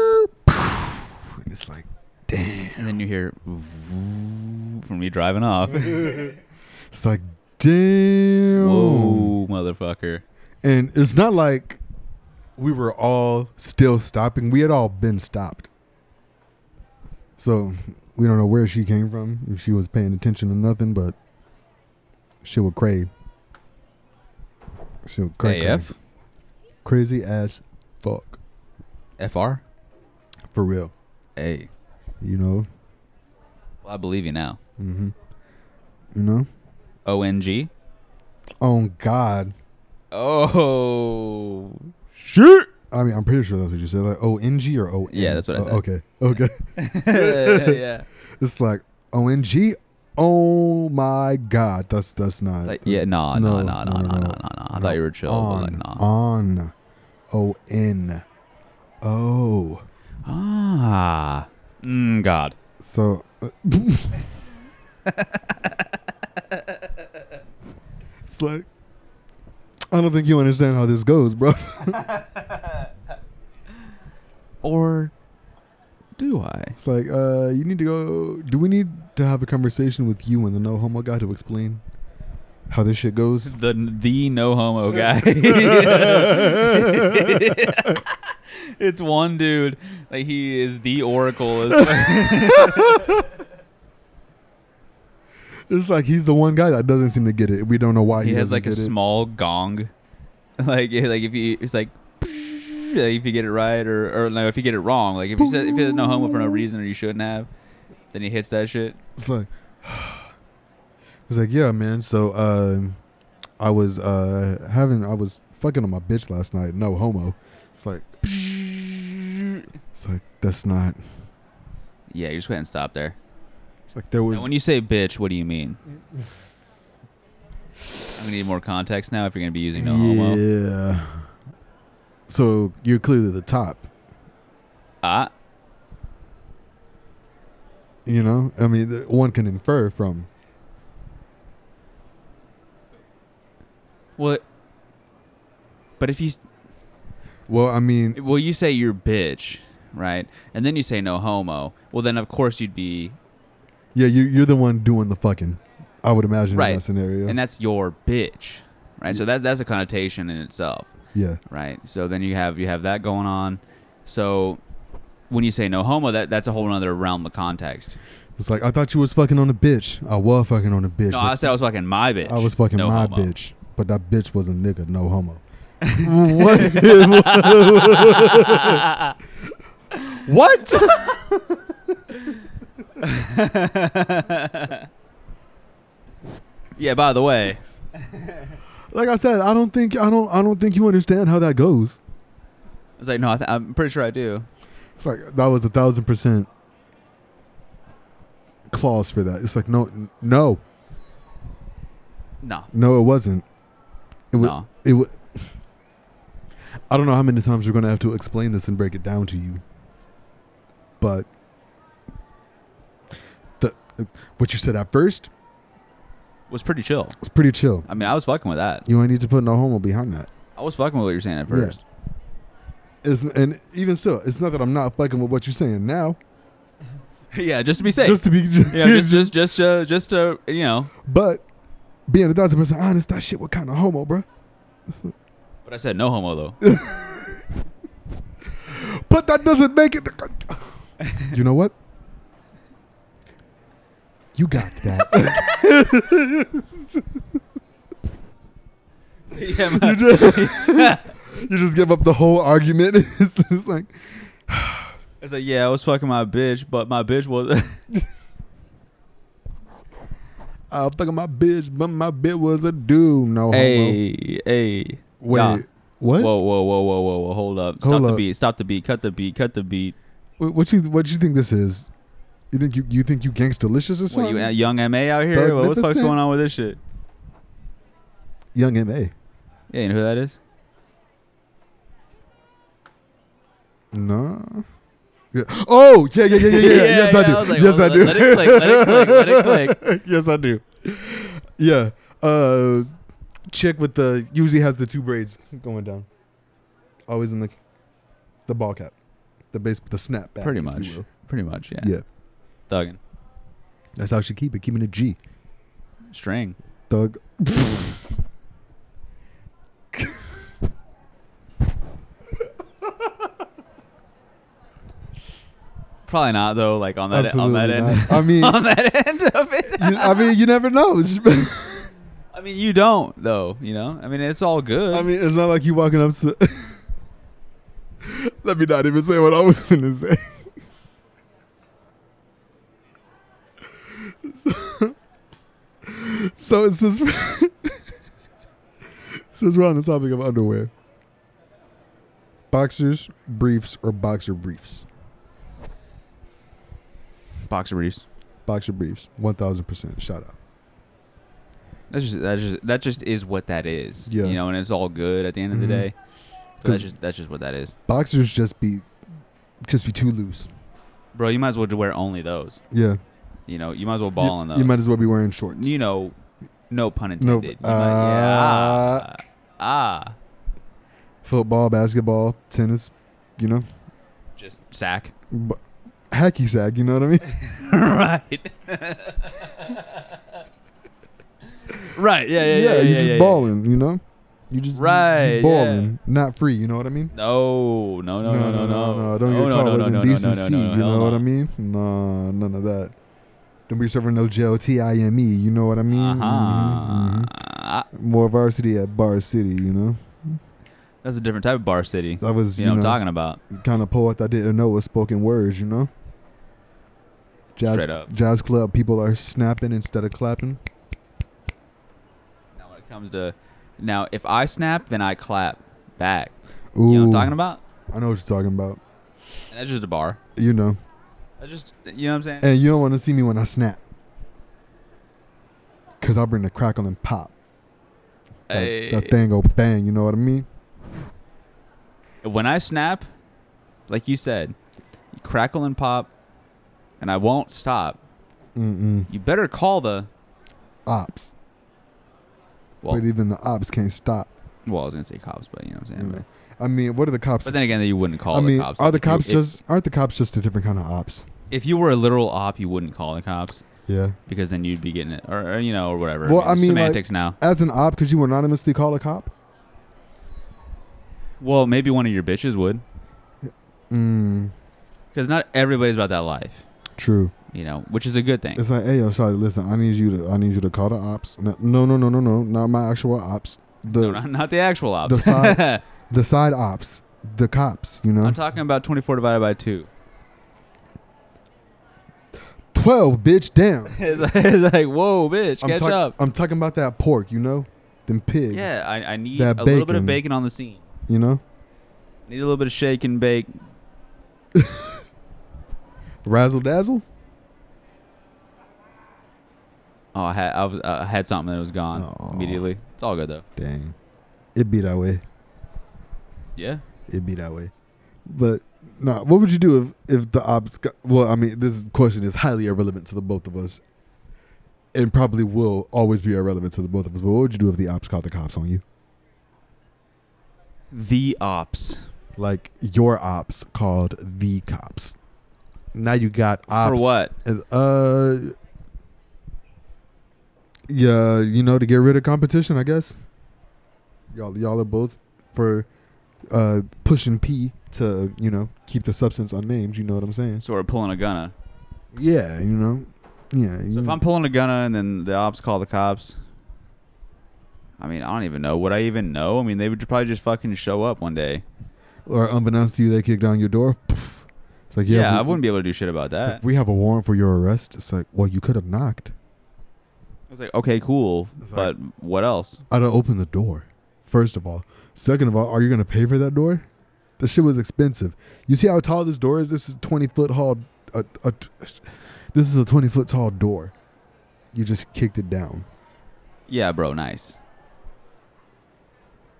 S2: "Err," and it's like, damn.
S1: and then you hear from me driving off.
S2: It's like, damn.
S1: Whoa, motherfucker!
S2: And it's not like we were all still stopping. We had all been stopped. So we don't know where she came from, if she was paying attention or nothing, but she was cray. She was cray, cray.
S1: AF,
S2: Crazy ass fuck.
S1: FR,
S2: For real.
S1: hey.
S2: You know?
S1: Well, I believe you now.
S2: Mm-hmm. You know?
S1: ONG.
S2: Oh, God.
S1: Oh.
S2: Shit. I mean, I'm pretty sure that's what you said. Like O N G or O N.
S1: Yeah, that's what I
S2: Oh,
S1: said.
S2: Okay. Okay.
S1: <laughs> <laughs> yeah.
S2: it's like O N G. Oh my God. That's that's not.
S1: Like,
S2: that's-
S1: yeah, nah, nah,
S2: no,
S1: nah, nah,
S2: no,
S1: nah,
S2: no,
S1: nah, nah,
S2: no.
S1: nah. I thought you were chill. but,
S2: On.
S1: like, nah.
S2: On. O N. Oh.
S1: Ah. Mm, God.
S2: So. uh, <laughs> it's like. I don't think you understand how this goes, bro.
S1: Or do I?
S2: <laughs> It's like, uh, you need to go. Do we need to have a conversation with you and the no homo guy to explain how this shit goes?
S1: The the no homo
S2: <laughs>
S1: guy. <laughs> it's one dude. Like he is the oracle.
S2: <laughs> It's like he's the one guy that doesn't seem to get it. We don't know why he,
S1: he has
S2: doesn't
S1: like a
S2: get it.
S1: small gong. Like <laughs> yeah, like if you it's like like, if you get it right or or no if you get it wrong like if you said if you said no homo for no reason or you shouldn't have, then he hits that shit.
S2: It's like <sighs> It's like, yeah, man. So um I was uh having I was fucking on my bitch last night, no homo. It's like it's like that's not
S1: Yeah, you just go ahead and stop there.
S2: it's like there
S1: Now,
S2: was
S1: when you say bitch, what do you mean? I'm gonna need more context now if you're gonna be using no homo.
S2: Yeah. So you're clearly the top.
S1: Ah,
S2: You know, I mean, th- one can infer from
S1: what? But if you s-
S2: well, I mean,
S1: well, you say you're bitch, right? And then you say no homo. Well, then of course you'd be
S2: yeah, you, you're the one doing the fucking. I would imagine in
S1: Right.
S2: that scenario.
S1: and that's your bitch, right? So that that's a connotation in itself,
S2: yeah,
S1: right? So then you have you have that going on. So when you say no homo, that that's a whole other realm of context.
S2: it's like I thought you was fucking on a bitch. I was fucking on a bitch.
S1: No,
S2: but-
S1: I said I was fucking my bitch.
S2: I was fucking
S1: no
S2: my
S1: homo.
S2: bitch, but that bitch was a nigga,
S1: <laughs>
S2: no homo. what? what?
S1: Yeah. By the way,
S2: <laughs> Like I said, I don't think I don't I don't think you understand how that goes.
S1: I was like, no, I th- I'm pretty sure I do.
S2: It's like that was a thousand percent clause for that. It's like no, n- no,
S1: No,
S2: no, it wasn't. It was.
S1: no.
S2: It was. I don't know how many times we're gonna have to explain this and break it down to you, but the what you said at first
S1: was pretty chill.
S2: was pretty chill.
S1: I mean, I was fucking with that.
S2: You ain't need to put no homo behind that.
S1: I was fucking with what you're saying at
S2: Yeah.
S1: first. <laughs>
S2: It's, and even still, it's not that I'm not fucking with what you're saying now.
S1: Yeah, just to be safe.
S2: Just to be,
S1: yeah, just just just uh, just to you know.
S2: <laughs> but being a thousand percent honest, that shit was kind of homo, bro.
S1: But I said no
S2: <laughs>
S1: homo though.
S2: But that doesn't make it.
S1: <laughs>
S2: you know what? You got
S1: <laughs>
S2: that.
S1: <laughs> yeah,
S2: you,
S1: man.
S2: just, <laughs> you just give up the whole argument. <laughs> it's, it's like,
S1: It's like yeah, I was fucking my bitch, but my bitch was. <laughs>
S2: I'm fucking my bitch, but my bitch was a dude. No homo.
S1: hey, hey.
S2: Wait,
S1: nah.
S2: what?
S1: Whoa, whoa, whoa, whoa, whoa, whoa! Hold up! Stop
S2: Hold
S1: the
S2: up.
S1: beat! Stop the beat! Cut the beat! Cut the beat!
S2: Wh- What you what you think this is? You think you you think you gangsta-licious or
S1: What
S2: something?
S1: you uh, young ma out here? What the fuck's
S2: Magnificent.
S1: going on with this shit?
S2: Young M.A.
S1: Yeah, you know who that is?
S2: No. Yeah. Oh, yeah, yeah,
S1: <laughs>
S2: yeah, yeah, yeah. yeah. yes, I do.
S1: I was like,
S2: yes,
S1: well,
S2: I do.
S1: Let it click. Let it click. Let
S2: <laughs>
S1: it click.
S2: yes, I do. Yeah. Uh, chick with the usually has the two braids going down. Always in the the ball cap, the base, the snap back.
S1: Pretty
S2: if you
S1: much.
S2: will.
S1: Pretty much. Yeah.
S2: Yeah.
S1: Thugging.
S2: That's how she keep it, keeping it G.
S1: String.
S2: Thug.
S1: Probably not though. Like on that
S2: Absolutely
S1: on that
S2: not.
S1: end.
S2: I mean,
S1: <laughs> on that end of it.
S2: you, I mean, you never know. <laughs>
S1: <laughs> I mean, you don't though. You know. I mean, it's all good.
S2: I mean, it's not like you walking up to. <laughs> Let me not even say what I was gonna say. <laughs> so, so it's just <laughs> since we're on the topic of underwear, boxers, briefs, or boxer briefs.
S1: boxer briefs.
S2: Boxer briefs, one thousand percent. Shout out.
S1: That's just that's just that just is what that is.
S2: Yeah.
S1: You know, and it's all good at the end of the
S2: Mhm.
S1: day. So that's
S2: 'Cause-
S1: just that's just what that is.
S2: Boxers just be, just be too loose.
S1: Bro, you might as well wear only those.
S2: Yeah,
S1: You know, you might as well
S2: You-
S1: ball in those.
S2: You might as well be wearing shorts.
S1: you know, no pun
S2: No, uh,
S1: intended. You might- yeah. Ah.
S2: Football, basketball, tennis. You know,
S1: just sack. <laughs>
S2: B- hacky sack, you know what I mean?
S1: right. <laughs> right. <laughs> Yeah. Yeah. Yeah. yeah,
S2: you
S1: yeah,
S2: just
S1: yeah.
S2: balling, you know? You just
S1: Right,
S2: balling,
S1: yeah.
S2: not free, you know what I mean?
S1: No. No. No. No. No. No.
S2: Don't get
S1: no,
S2: caught
S1: no, no,
S2: with
S1: no,
S2: indecency,
S1: No, no, no,
S2: you
S1: no,
S2: know
S1: no.
S2: what I mean? Nah, none of that. Don't be serving no jail, T-I-M-E, you know what I mean?
S1: Uh-huh.
S2: Mhm, mhm. More varsity at Bar City, you know?
S1: That's a different type of bar city.
S2: That was,
S1: You
S2: you,
S1: know what I'm
S2: know,
S1: talking about.
S2: kind of poet I didn't know was spoken words, you know? Jazz,
S1: Straight up.
S2: jazz club people are snapping instead of clapping.
S1: Now when it comes to now, if I snap, then I clap back.
S2: Ooh,
S1: You know what I'm talking about?
S2: I know what you're talking about.
S1: And that's just a bar.
S2: You know,
S1: That's just you know what I'm saying.
S2: and you don't want to see me when I snap, cause I bring the crackle and pop. That, that
S1: Hey.
S2: thing go bang. You know what I mean?
S1: when I snap, like you said, you crackle and pop, and I won't stop.
S2: Mm-mm.
S1: You better call the.
S2: Ops,
S1: Well,
S2: but even the ops can't stop.
S1: well, I was gonna say cops, but you know what I'm
S2: you
S1: saying.
S2: know.
S1: But,
S2: I mean, what are the cops?
S1: but then again, you wouldn't call
S2: I
S1: the
S2: mean,
S1: cops.
S2: are the
S1: If you-
S2: cops
S1: if-
S2: just aren't the cops just a different kind of ops?
S1: If you were a literal op, you wouldn't call the cops
S2: Yeah.
S1: because then you'd be getting it, or, or you know, or whatever.
S2: Well, I mean, like-
S1: semantics now.
S2: As an op, could you anonymously call a cop?
S1: Well, maybe one of your bitches would,
S2: Mm,
S1: because not everybody's about that life,
S2: true.
S1: you know, which is a good thing.
S2: It's like, hey, yo, sorry, listen, I need you to, I need you to call the ops. No, no, no, no, no, no not my actual ops. The
S1: No, not, not the actual ops.
S2: the side-
S1: <laughs>
S2: the side ops, the cops. You know,
S1: I'm talking about 24 divided by two. <laughs>
S2: twelve, bitch, damn.
S1: it's, like, it's like, whoa, bitch,
S2: I'm,
S1: catch
S2: talk- oh,
S1: up.
S2: I'm talking about that pork. You know, them pigs.
S1: Yeah, I, I need a
S2: That
S1: little bit of
S2: bacon.
S1: bacon on the scene.
S2: You know,
S1: Need a little bit of shake and bake.
S2: razzle dazzle.
S1: Oh, I had I was uh, I had something that was gone
S2: Aw.
S1: immediately. It's all good though.
S2: Dang, it be that way.
S1: Yeah.
S2: It be that way. But nah, what would you do if if the ops? Got, well, I mean, this question is highly irrelevant to the both of us. And probably will always be irrelevant to the both of us. But what would you do if the ops caught the cops on you?
S1: The ops.
S2: like your ops called the cops. Now you got
S1: For
S2: ops
S1: what?
S2: and, Uh, yeah, you know, to get rid of competition, I guess. Y'all, y'all are both for uh pushing P to you know keep the substance unnamed. You know what I'm saying?
S1: So we're pulling a gunna.
S2: Yeah, you know, yeah.
S1: So
S2: you,
S1: if I'm pulling a gunna and then the ops call the cops. I mean, I don't even know. Would I even know? I mean, they would probably just fucking show up one day.
S2: or unbeknownst to you, they kick down your door. Poof. It's like yeah,
S1: Yeah,
S2: we,
S1: I wouldn't be able to do shit about
S2: it's
S1: that.
S2: like, we have a warrant for your arrest. It's like, well, you could have knocked.
S1: I was like, okay, cool,
S2: It's
S1: but
S2: like-
S1: what else?
S2: I don't open the door. First of all, second of all, are you gonna pay for that door? The shit was expensive. You see how tall this door is? This is twenty foot tall. A, a, this is a twenty foot tall door. You just kicked it down.
S1: Yeah, bro, nice.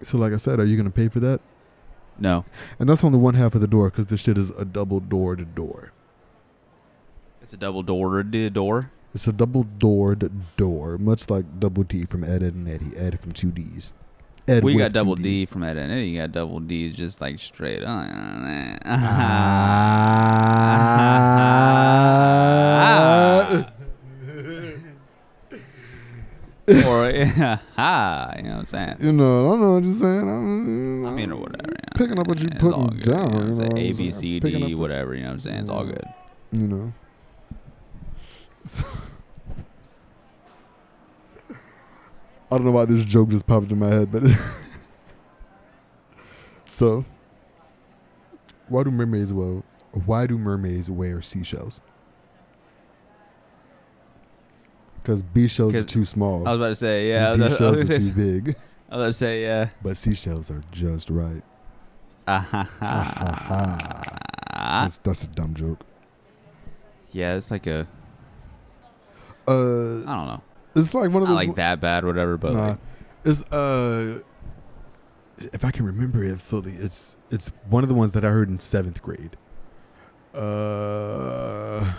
S2: So, like I said, are you gonna pay for that?
S1: No,
S2: And that's only one half of the door because this shit is a double door to door.
S1: it's a double door to door.
S2: It's a double doored door, much like Double D from Ed, Ed and Eddie. Ed from two D's. Ed
S1: we
S2: with
S1: got
S2: two
S1: double
S2: Ds.
S1: D from that, and then you got double D's just like straight on.
S2: <laughs> Ah.
S1: <laughs> or <laughs> yeah, ha, you know what I'm saying?
S2: You know, I don't know what you're saying. I'm,
S1: I mean, or whatever. you know,
S2: Picking up what you
S1: it's
S2: putting
S1: all good,
S2: down,
S1: You know what I'm
S2: you know
S1: saying?
S2: what
S1: A,
S2: I'm
S1: B,
S2: saying?
S1: C,
S2: Picking up
S1: D,
S2: what-
S1: whatever. You know what I'm saying? It's all good.
S2: You know. <laughs> I don't know why this joke just popped in my head, but <laughs> so why do mermaids well? Why do mermaids wear seashells? Because bee shells are
S1: 'Cause-
S2: too small.
S1: I was about to say, yeah. <laughs> I
S2: and D
S1: was, I
S2: shells
S1: was
S2: are
S1: gonna
S2: too
S1: say-
S2: big,
S1: I was about to say, yeah.
S2: but seashells are just right.
S1: Ah, ha,
S2: <laughs>
S1: ha. Ah.
S2: That's, that's a dumb joke.
S1: Yeah, it's like a.
S2: Uh,
S1: I don't know.
S2: it's like one of
S1: Not
S2: those.
S1: Ah. like that bad, or whatever. But
S2: Nah.
S1: like,
S2: it's uh, if I can remember it fully, it's it's one of the ones that I heard in seventh grade. Uh,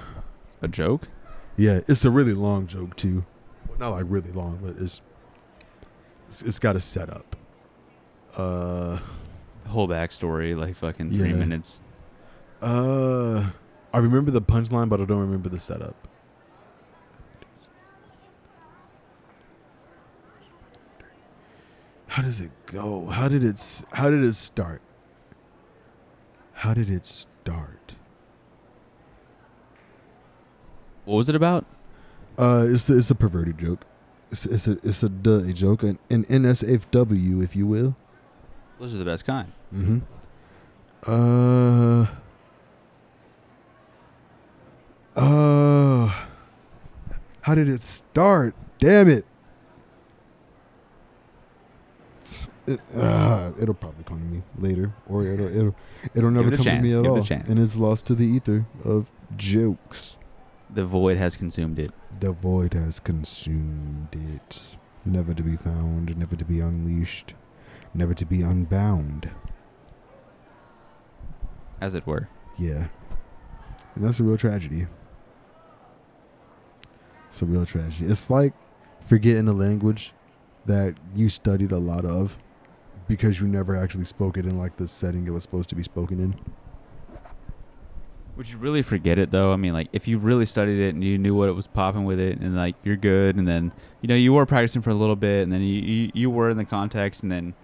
S1: a joke.
S2: yeah, it's a really long joke too. Well, not like really long, but it's it's, it's got a setup. Uh,
S1: Whole backstory, like fucking three
S2: Yeah.
S1: minutes.
S2: Uh, I remember the punchline, but I don't remember the setup. How does it go? How did it? s- How did it start? How did it start?
S1: What was it about?
S2: Uh, it's a, it's a perverted joke. It's it's a it's a duh a joke an, an NSFW if you will.
S1: Those are the best kind.
S2: Mm-hmm. Uh. Uh. How did it start? Damn it. It, uh, it'll probably come to me later, or it'll it'll it'll never
S1: it a
S2: come to
S1: chance,
S2: me at
S1: give it a
S2: all,
S1: chance.
S2: and it's lost to the ether of jokes.
S1: The void has consumed it.
S2: The void has consumed it, never to be found, never to be unleashed, never to be unbound.
S1: as it were.
S2: Yeah. And that's a real tragedy. It's a real tragedy. It's like forgetting a language that you studied a lot of because you never actually spoke it in like the setting it was supposed to be spoken in.
S1: Would you really forget it though? I mean, like if you really studied it and you knew what it was popping with it, and like you're good, and then you know you were practicing for a little bit, and then you you, you were in the context, and then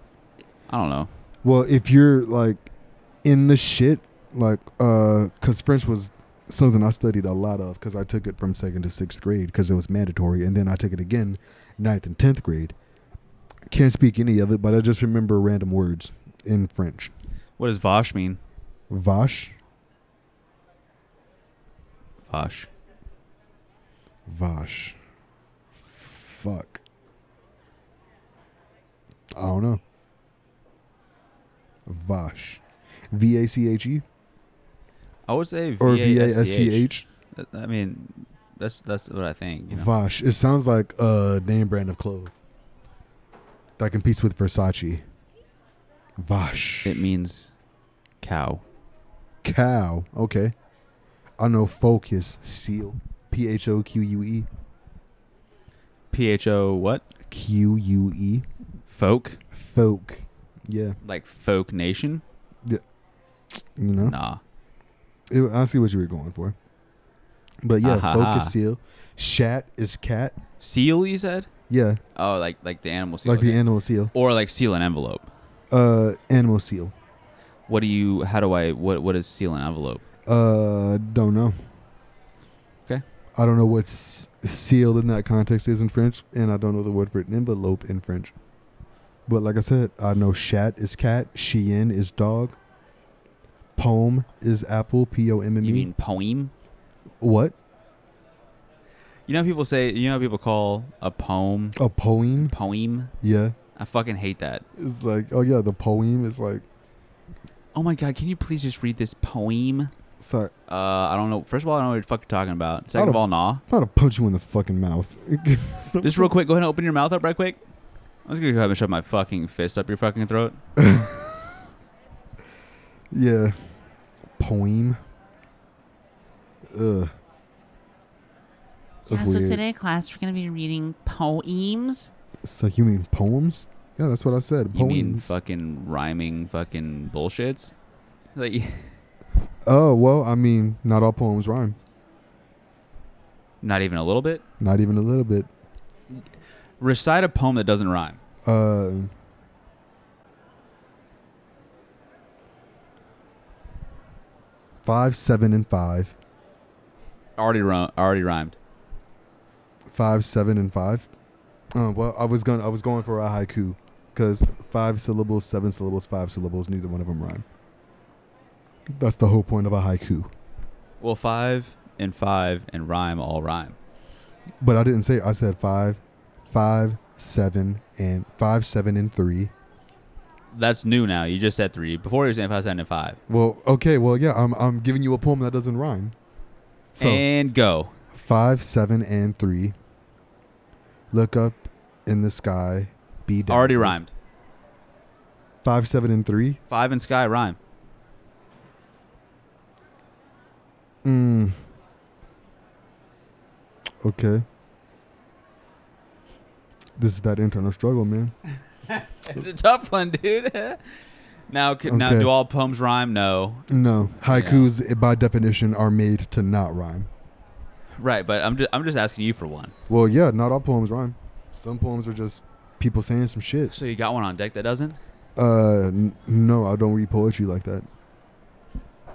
S1: I don't know.
S2: Well, if you're like in the shit, like, uh, cause French was something I studied a lot of because I took it from second to sixth grade because it was mandatory, and then I took it again ninth and tenth grade. Can't speak any of it, but I just remember random words in French.
S1: What does Vosh mean?
S2: Vache,
S1: Vosh.
S2: vache, fuck. I don't know. Vache, V A C H E
S1: I would say
S2: or V A S C H.
S1: I- I mean, that's that's what I think. You know?
S2: Vosh. It sounds like a name brand of clothes that competes with Versace. Vosh.
S1: It means cow.
S2: Cow. Okay. I know focus. Seal. P H O Q U E.
S1: P H O what?
S2: Q U E.
S1: Folk
S2: Folk. Yeah.
S1: like folk nation?
S2: You know?
S1: Nah.
S2: It- I see what you were going for. But yeah,
S1: Ah-ha-ha.
S2: focus seal. Shat is cat.
S1: Seal you said?
S2: Yeah.
S1: Oh, like like the animal seal.
S2: Like the
S1: okay.
S2: animal seal.
S1: or like seal an envelope.
S2: Uh animal seal.
S1: What do you? How do I? What What is seal an envelope?
S2: Uh, don't know.
S1: Okay.
S2: I don't know what s- sealed in that context is in French, and I don't know the word for an envelope in French. But like I said, I know chat is cat, chien is dog, poem is apple, p o m m
S1: You
S2: e.
S1: mean poem?
S2: What?
S1: You know how people say. You know how people call a poem
S2: A poem?
S1: poem.
S2: Yeah.
S1: I fucking hate that.
S2: It's like, oh yeah, the poem is like,
S1: Oh my god! Can you please just read this poem?
S2: sorry,
S1: Uh, I don't know. First of all, I don't know what the fuck you're talking about. Second of
S2: don't-
S1: all, nah.
S2: I'm about to punch you in the fucking mouth. <laughs> So-
S1: Just real quick, go ahead and open your mouth up right quick. I'm just gonna go ahead and shove my fucking fist up your fucking throat.
S2: yeah. Poem. Ugh. That's
S3: yeah, so today, class, we're going to be reading poems.
S2: So you mean poems? Yeah, that's what I said.
S1: You
S2: Poems.
S1: mean fucking rhyming fucking bullshits? Like, <laughs>
S2: oh well, I mean, not all poems rhyme.
S1: not even a little bit.
S2: Not even a little bit.
S1: Recite a poem that doesn't rhyme.
S2: Uh, five, seven, and five.
S1: Already, rhyme, already rhymed.
S2: Five, seven, and five. Uh, well, I was going. I was going for a haiku because five syllables, seven syllables, five syllables. Neither one of them rhyme. That's the whole point of a haiku.
S1: Well, five and five and rhyme all rhyme.
S2: But I didn't say I said five, five, seven, and five, seven, and three.
S1: That's new now. You just said three. Before you were saying five, seven, and five.
S2: Well, okay, well, yeah, I'm I'm giving you a poem that doesn't rhyme. So
S1: and go.
S2: five, seven, and three. Look up in the sky. Be dazzled.
S1: Already rhymed.
S2: Five, seven, and three.
S1: Five and sky rhyme.
S2: Mm. Okay. This is that internal struggle, man.
S1: <laughs> It's a tough one, dude. <laughs> Now, c now,
S2: Okay.
S1: do all poems rhyme? No.
S2: No, haikus eh, by definition are made to not rhyme.
S1: Right, but I'm just I'm just asking you for one.
S2: Well, yeah, not all poems rhyme. Some poems are just people saying some shit.
S1: So you got one on deck that doesn't?
S2: Uh, n- no, I don't read poetry like that.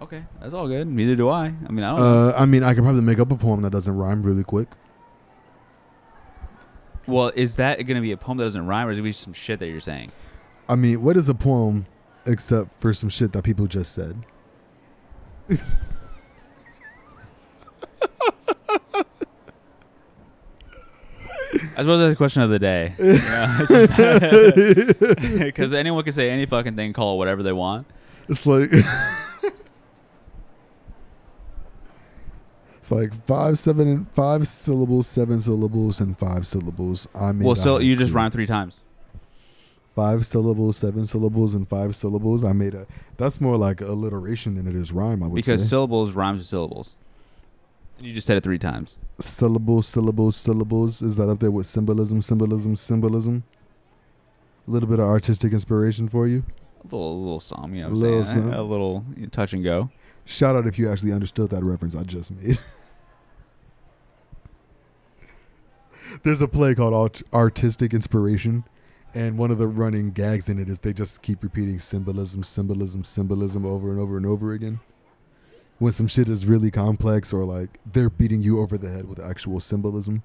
S1: Okay, that's all good. Neither do I. I mean, I don't. know.
S2: Uh, I mean, I could probably make up a poem that doesn't rhyme really quick.
S1: Well, is that going to be a poem that doesn't rhyme, or is it gonna be some shit that you're saying?
S2: I mean, what is a poem except for some shit that people just said?
S1: I suppose that's the question of the
S2: <laughs>
S1: day. <laughs> Because anyone can say any fucking thing, call it whatever they want.
S2: It's like <laughs> it's like five, seven, and five syllables, seven syllables, and five syllables. I mean,
S1: well, so
S2: I
S1: you just
S2: haiku.
S1: rhyme three times.
S2: five syllables, seven syllables, and five syllables. I made a. That's more like alliteration than it is rhyme. I would
S1: Because
S2: say.
S1: syllables rhymes with syllables. You just said it three times.
S2: syllables, syllables, syllables. Is that up there with symbolism, symbolism, symbolism? A little bit of artistic inspiration for you.
S1: A little, a little song, you know what I'm
S2: Little
S1: saying?
S2: song.
S1: A little touch and go.
S2: Shout out if you actually understood that reference I just made. <laughs> There's a play called Art- Artistic Inspiration, and one of the running gags in it is they just keep repeating symbolism, symbolism, symbolism over and over and over again. When some shit is really complex or like they're beating you over the head with actual symbolism,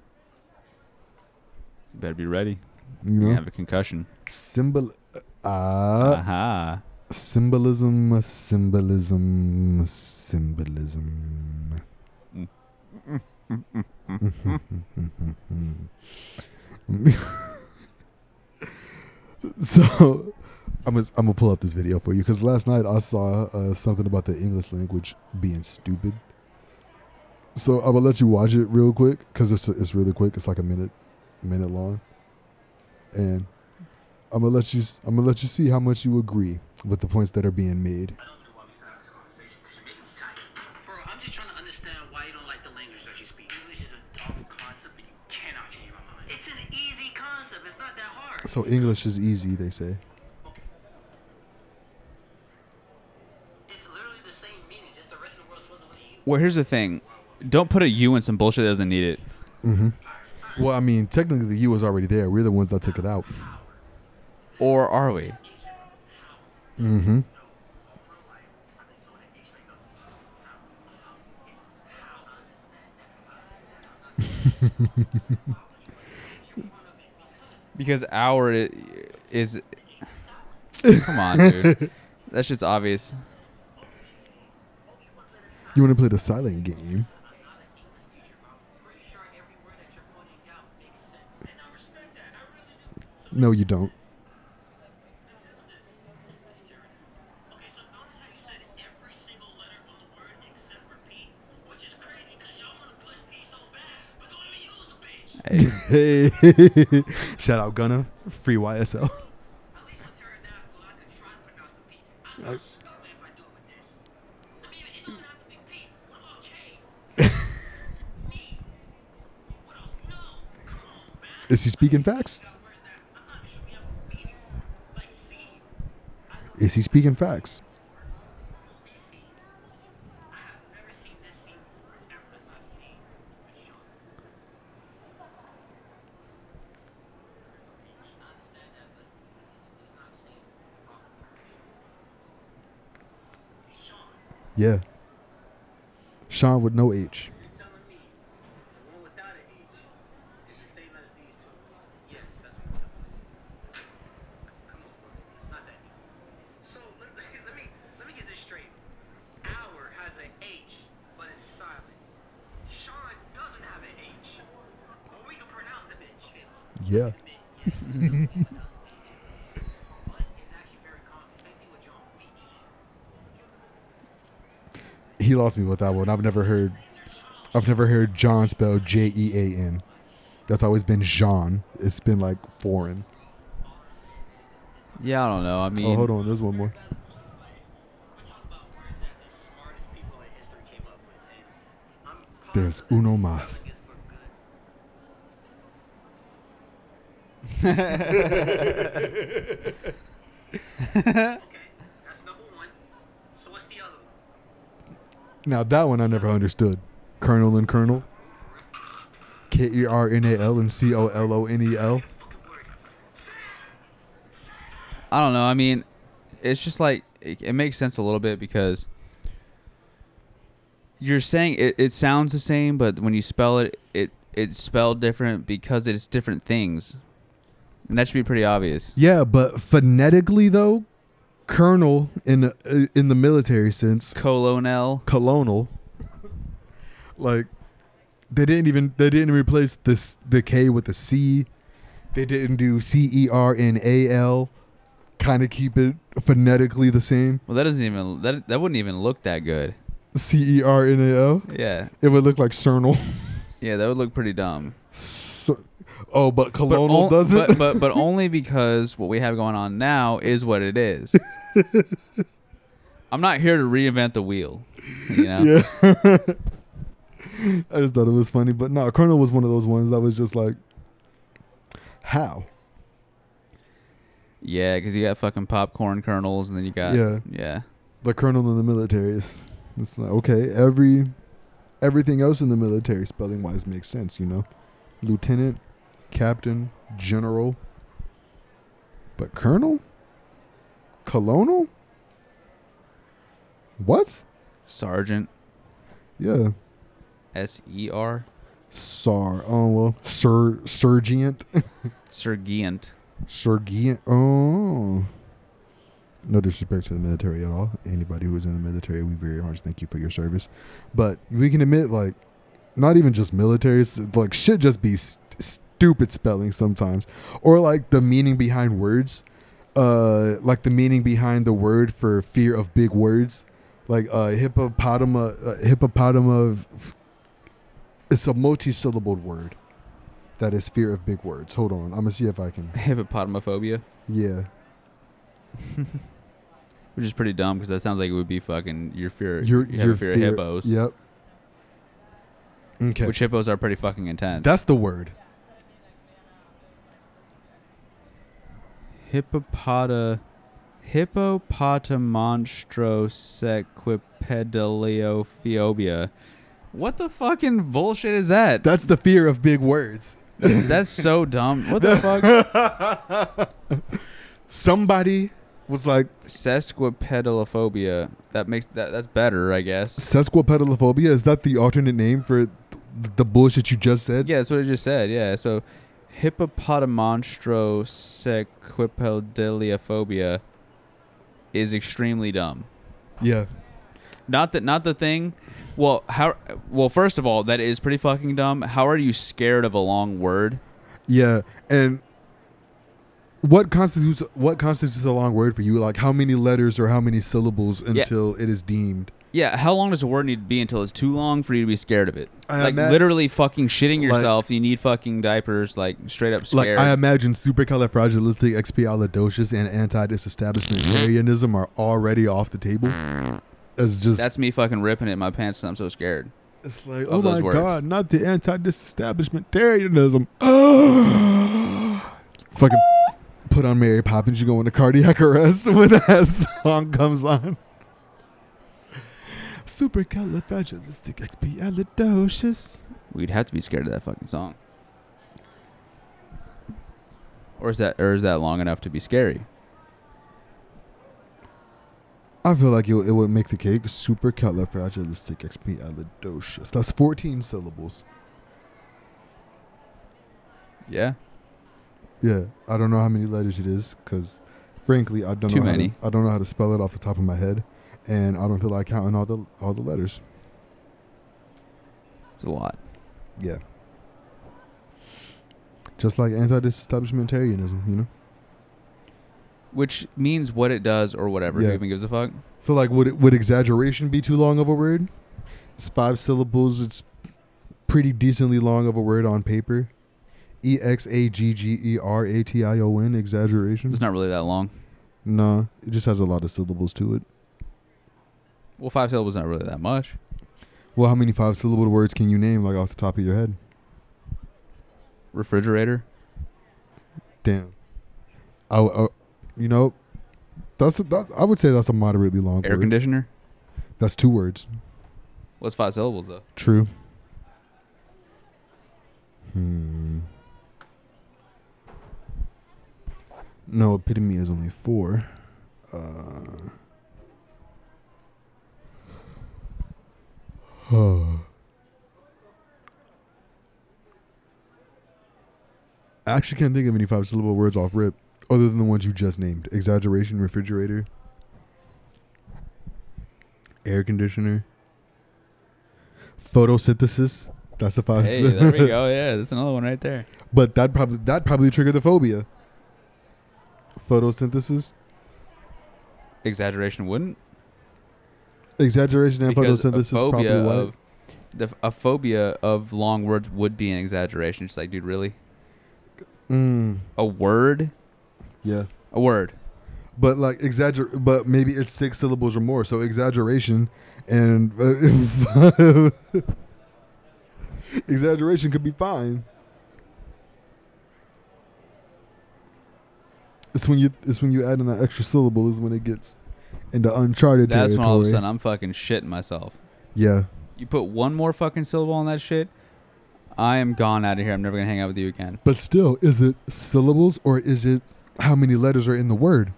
S1: Better be ready.
S2: you
S1: You
S2: know,
S1: have a concussion.
S2: symbol, uh,
S1: Aha.
S2: symbolism, symbolism, symbolism. <laughs> so I'm gonna, I'm gonna pull up this video for you because last night I saw uh, something about the English language being stupid. So I'm gonna let you watch it real quick because it's it's really quick. It's like a minute minute long, and I'm gonna let you s- I'm gonna let you see how much you agree with the points that are being made.
S4: I don't know why we started this conversation because you're making me tired. Bro, I'm just trying to understand why you don't like the language that you speak. English is a dumb concept and you cannot change my mind. It's an easy concept. It's not that hard.
S2: So English is easy, they say.
S4: Okay. It's literally the same meaning, just the rest of the world supposedly you.
S1: Well, here's the thing. Don't put a U in some bullshit that doesn't need it.
S2: Well, I mean, technically the U was already there. We're the ones that took it out.
S1: Or are we?
S4: <laughs>
S1: Because our i- is. Come on, <laughs> dude. That shit's obvious.
S2: You want to play the silent game? No, you don't. <laughs>
S4: Okay, so notice how you said every single letter on the word except repeat, which is crazy because y'all want to push P so bad, but don't even use the bitch.
S1: Hey,
S2: Hey, shout out Gunna, free YSL.
S4: At least with pterodactyl, I could try to pronounce the P. I <laughs> sound stupid if I do it with this. I mean, it doesn't have to be P. What about K? Me. What else? No. Come on, man.
S2: Is he speaking facts?
S4: Got words that I'm not even sure we have a meaning for. Like C. I know
S2: Is he speaking facts?
S4: movie C. I have never seen this scene before ever. It's not C. It's Sean. I understand that, but it's, it's not C. The problem term is Sean.
S2: Yeah.
S4: Sean.
S2: Sean with no H.
S4: You're telling me the one without an H is the same as these two? Yes, that's what I'm telling you. C- Come on, bro. It's not that deep. So <laughs> let, let me let me get this straight. Our has an H, but it's silent. Sean doesn't have an H, but we can pronounce the bitch. <laughs>
S2: Yeah.
S4: Yes. but it's actually very common. Same thing with John Beach.
S2: He lost me with that one. I've never heard. I've never heard John spelled J E A N. That's always been Jean. It's been like foreign.
S1: yeah, I don't know. I mean,
S2: Oh, hold on. There's one more.
S4: We're talking about words that the smartest people in history came up with, and I'm
S2: There's
S4: positive
S2: uno
S4: this
S2: mas.
S4: spelling is for good. Okay, now
S2: Now that one I never understood. Colonel and Colonel. K E R N A L and C O L O N E L.
S1: I don't know. I mean, it's just like it, it makes sense a little bit because you're saying it, it sounds the same, but when you spell it, it it's spelled different because it's different things, and that should be pretty obvious.
S2: Yeah, but phonetically though, Colonel in the, in the military sense,
S1: Colonel.
S2: colonel. Like they didn't even they didn't replace this the K with a C. They didn't do C E R N A L. Kind of keep it phonetically the same.
S1: Well, that doesn't even that that wouldn't even look that good.
S2: C E R N A L.
S1: Yeah,
S2: It would look like Cernal.
S1: yeah, that would look pretty dumb.
S2: So- oh, but colonal
S1: on-
S2: doesn't.
S1: But,
S2: <laughs>
S1: but but only because what we have going on now is what it
S2: <laughs>
S1: is. I'm not here to reinvent the wheel. You know.
S2: <laughs> yeah. I just thought it was funny, but no, Colonel was one of those ones that was just like, how?
S1: Yeah, because you got fucking popcorn kernels, and then you got
S2: Yeah.
S1: yeah,
S2: the colonel in the military is it's like okay every everything else in the military spelling wise makes sense you know lieutenant captain general but colonel colonel what
S1: sergeant
S2: yeah
S1: S E R
S2: sar oh well sir sergeant
S1: sergeant.
S2: sergeant oh no disrespect to the military at all anybody who is in the military we very much thank you for your service but we can admit like not even just military s- like should just be st- stupid spelling sometimes or like the meaning behind words uh like the meaning behind the word for fear of big words like uh hippopotama uh, hippopotama it's a multi-syllabled word that is fear of big words hold on i'm gonna see if i can
S1: Hippopotamophobia,
S2: yeah
S1: which is pretty dumb because that sounds like it would be fucking your fear.
S2: your
S1: you have
S2: your
S1: a fear, of hippos,
S2: Yep. Okay.
S1: which hippos are pretty fucking intense.
S2: That's the word.
S1: Hippopota hippopotamonstrosecquipedaliophobia. What the fucking bullshit is that?
S2: That's the fear of big words.
S1: That's so dumb. What the fuck?
S2: Somebody was like
S1: Sesquipedalophobia. That makes that that's better, I guess.
S2: sesquipedalophobia. Is that the alternate name for th- the bullshit you just said?
S1: Yeah, that's what I just said. Yeah, so hippopotamonstrosecquipedaliophobia is extremely dumb.
S2: Yeah.
S1: Not that not the thing. Well, how well first of all, that is pretty fucking dumb. How are you scared of a long word?
S2: Yeah. And what constitutes what constitutes a long word for you? Like how many letters or how many syllables until it is deemed?
S1: Yeah, how long does a word need to be until it's too long for you to be scared of it?
S2: I
S1: like
S2: ima-
S1: literally fucking shitting
S2: Like-
S1: yourself. you need fucking diapers, like straight up
S2: Like
S1: scared.
S2: I imagine supercalifragilisticexpialidocious and
S1: <laughs>
S2: anti-disestablishmentarianism are already off the table. It's just
S1: that's me fucking ripping it in my pants and I'm so scared.
S2: it's like
S1: of
S2: oh
S1: those
S2: my
S1: words.
S2: god, not the anti-disestablishmentarianism. <gasps> Fucking put on Mary Poppins, you go into cardiac arrest <laughs> when that song comes on. Supercalifragilisticexpialidocious.
S1: We'd have to be scared of that fucking song. Or is that or is that long enough to be scary?
S2: I feel like it, it would make the cake supercalifragilisticexpialidocious. That's 14 syllables.
S1: Yeah.
S2: Yeah, I don't know how many letters it is because, frankly, I don't
S1: Too
S2: know
S1: many.
S2: How to, I don't know how to spell it off the top of my head, and I don't feel like counting all the all the letters.
S1: It's a lot.
S2: Yeah, just like anti-disestablishmentarianism, you know.
S1: Which means what it does or whatever.
S2: Yeah.
S1: Who even gives a fuck?
S2: So, like, would it, would exaggeration be too long of a word? It's five syllables. It's pretty decently long of a word on paper. E X A G G E R A T I O N exaggeration.
S1: It's not really that long.
S2: No, it just has a lot of syllables to it.
S1: Well, five syllables is not really that much.
S2: Well, how many five syllable words can you name like off the top of your head?
S1: Refrigerator.
S2: Damn. I, I you know, that's a, that, I would say that's a moderately long
S1: Air
S2: word.
S1: conditioner.
S2: That's two words.
S1: Well, it's five syllables though.
S2: True. Hmm. No, epitome is only four. Uh. I actually can't think of any five syllable words off rip other than the ones you just named exaggeration, refrigerator, air conditioner, photosynthesis. That's a five.
S1: Hey, there we go. Yeah, that's another one right there.
S2: But that probably that probably triggered the phobia. Photosynthesis,
S1: Exaggeration wouldn't.
S2: exaggeration, and
S1: because a
S2: photosynthesis probably
S1: phobia
S2: why.
S1: of the, f- a phobia of long words would be an exaggeration. Just like, dude, really?
S2: Mm,
S1: A word?
S2: yeah,
S1: A word.
S2: but like exagger, but maybe it's six syllables or more. So exaggeration and uh, <laughs> exaggeration could be fine. It's when you it's when you add in that extra syllable is when it gets into uncharted
S1: That's when
S2: territory.
S1: all of a sudden I'm fucking shitting myself.
S2: yeah,
S1: You put one more fucking syllable on that shit, I am gone out of here. I'm never gonna hang out with you again.
S2: but still, is it syllables or is it how many letters are in the word?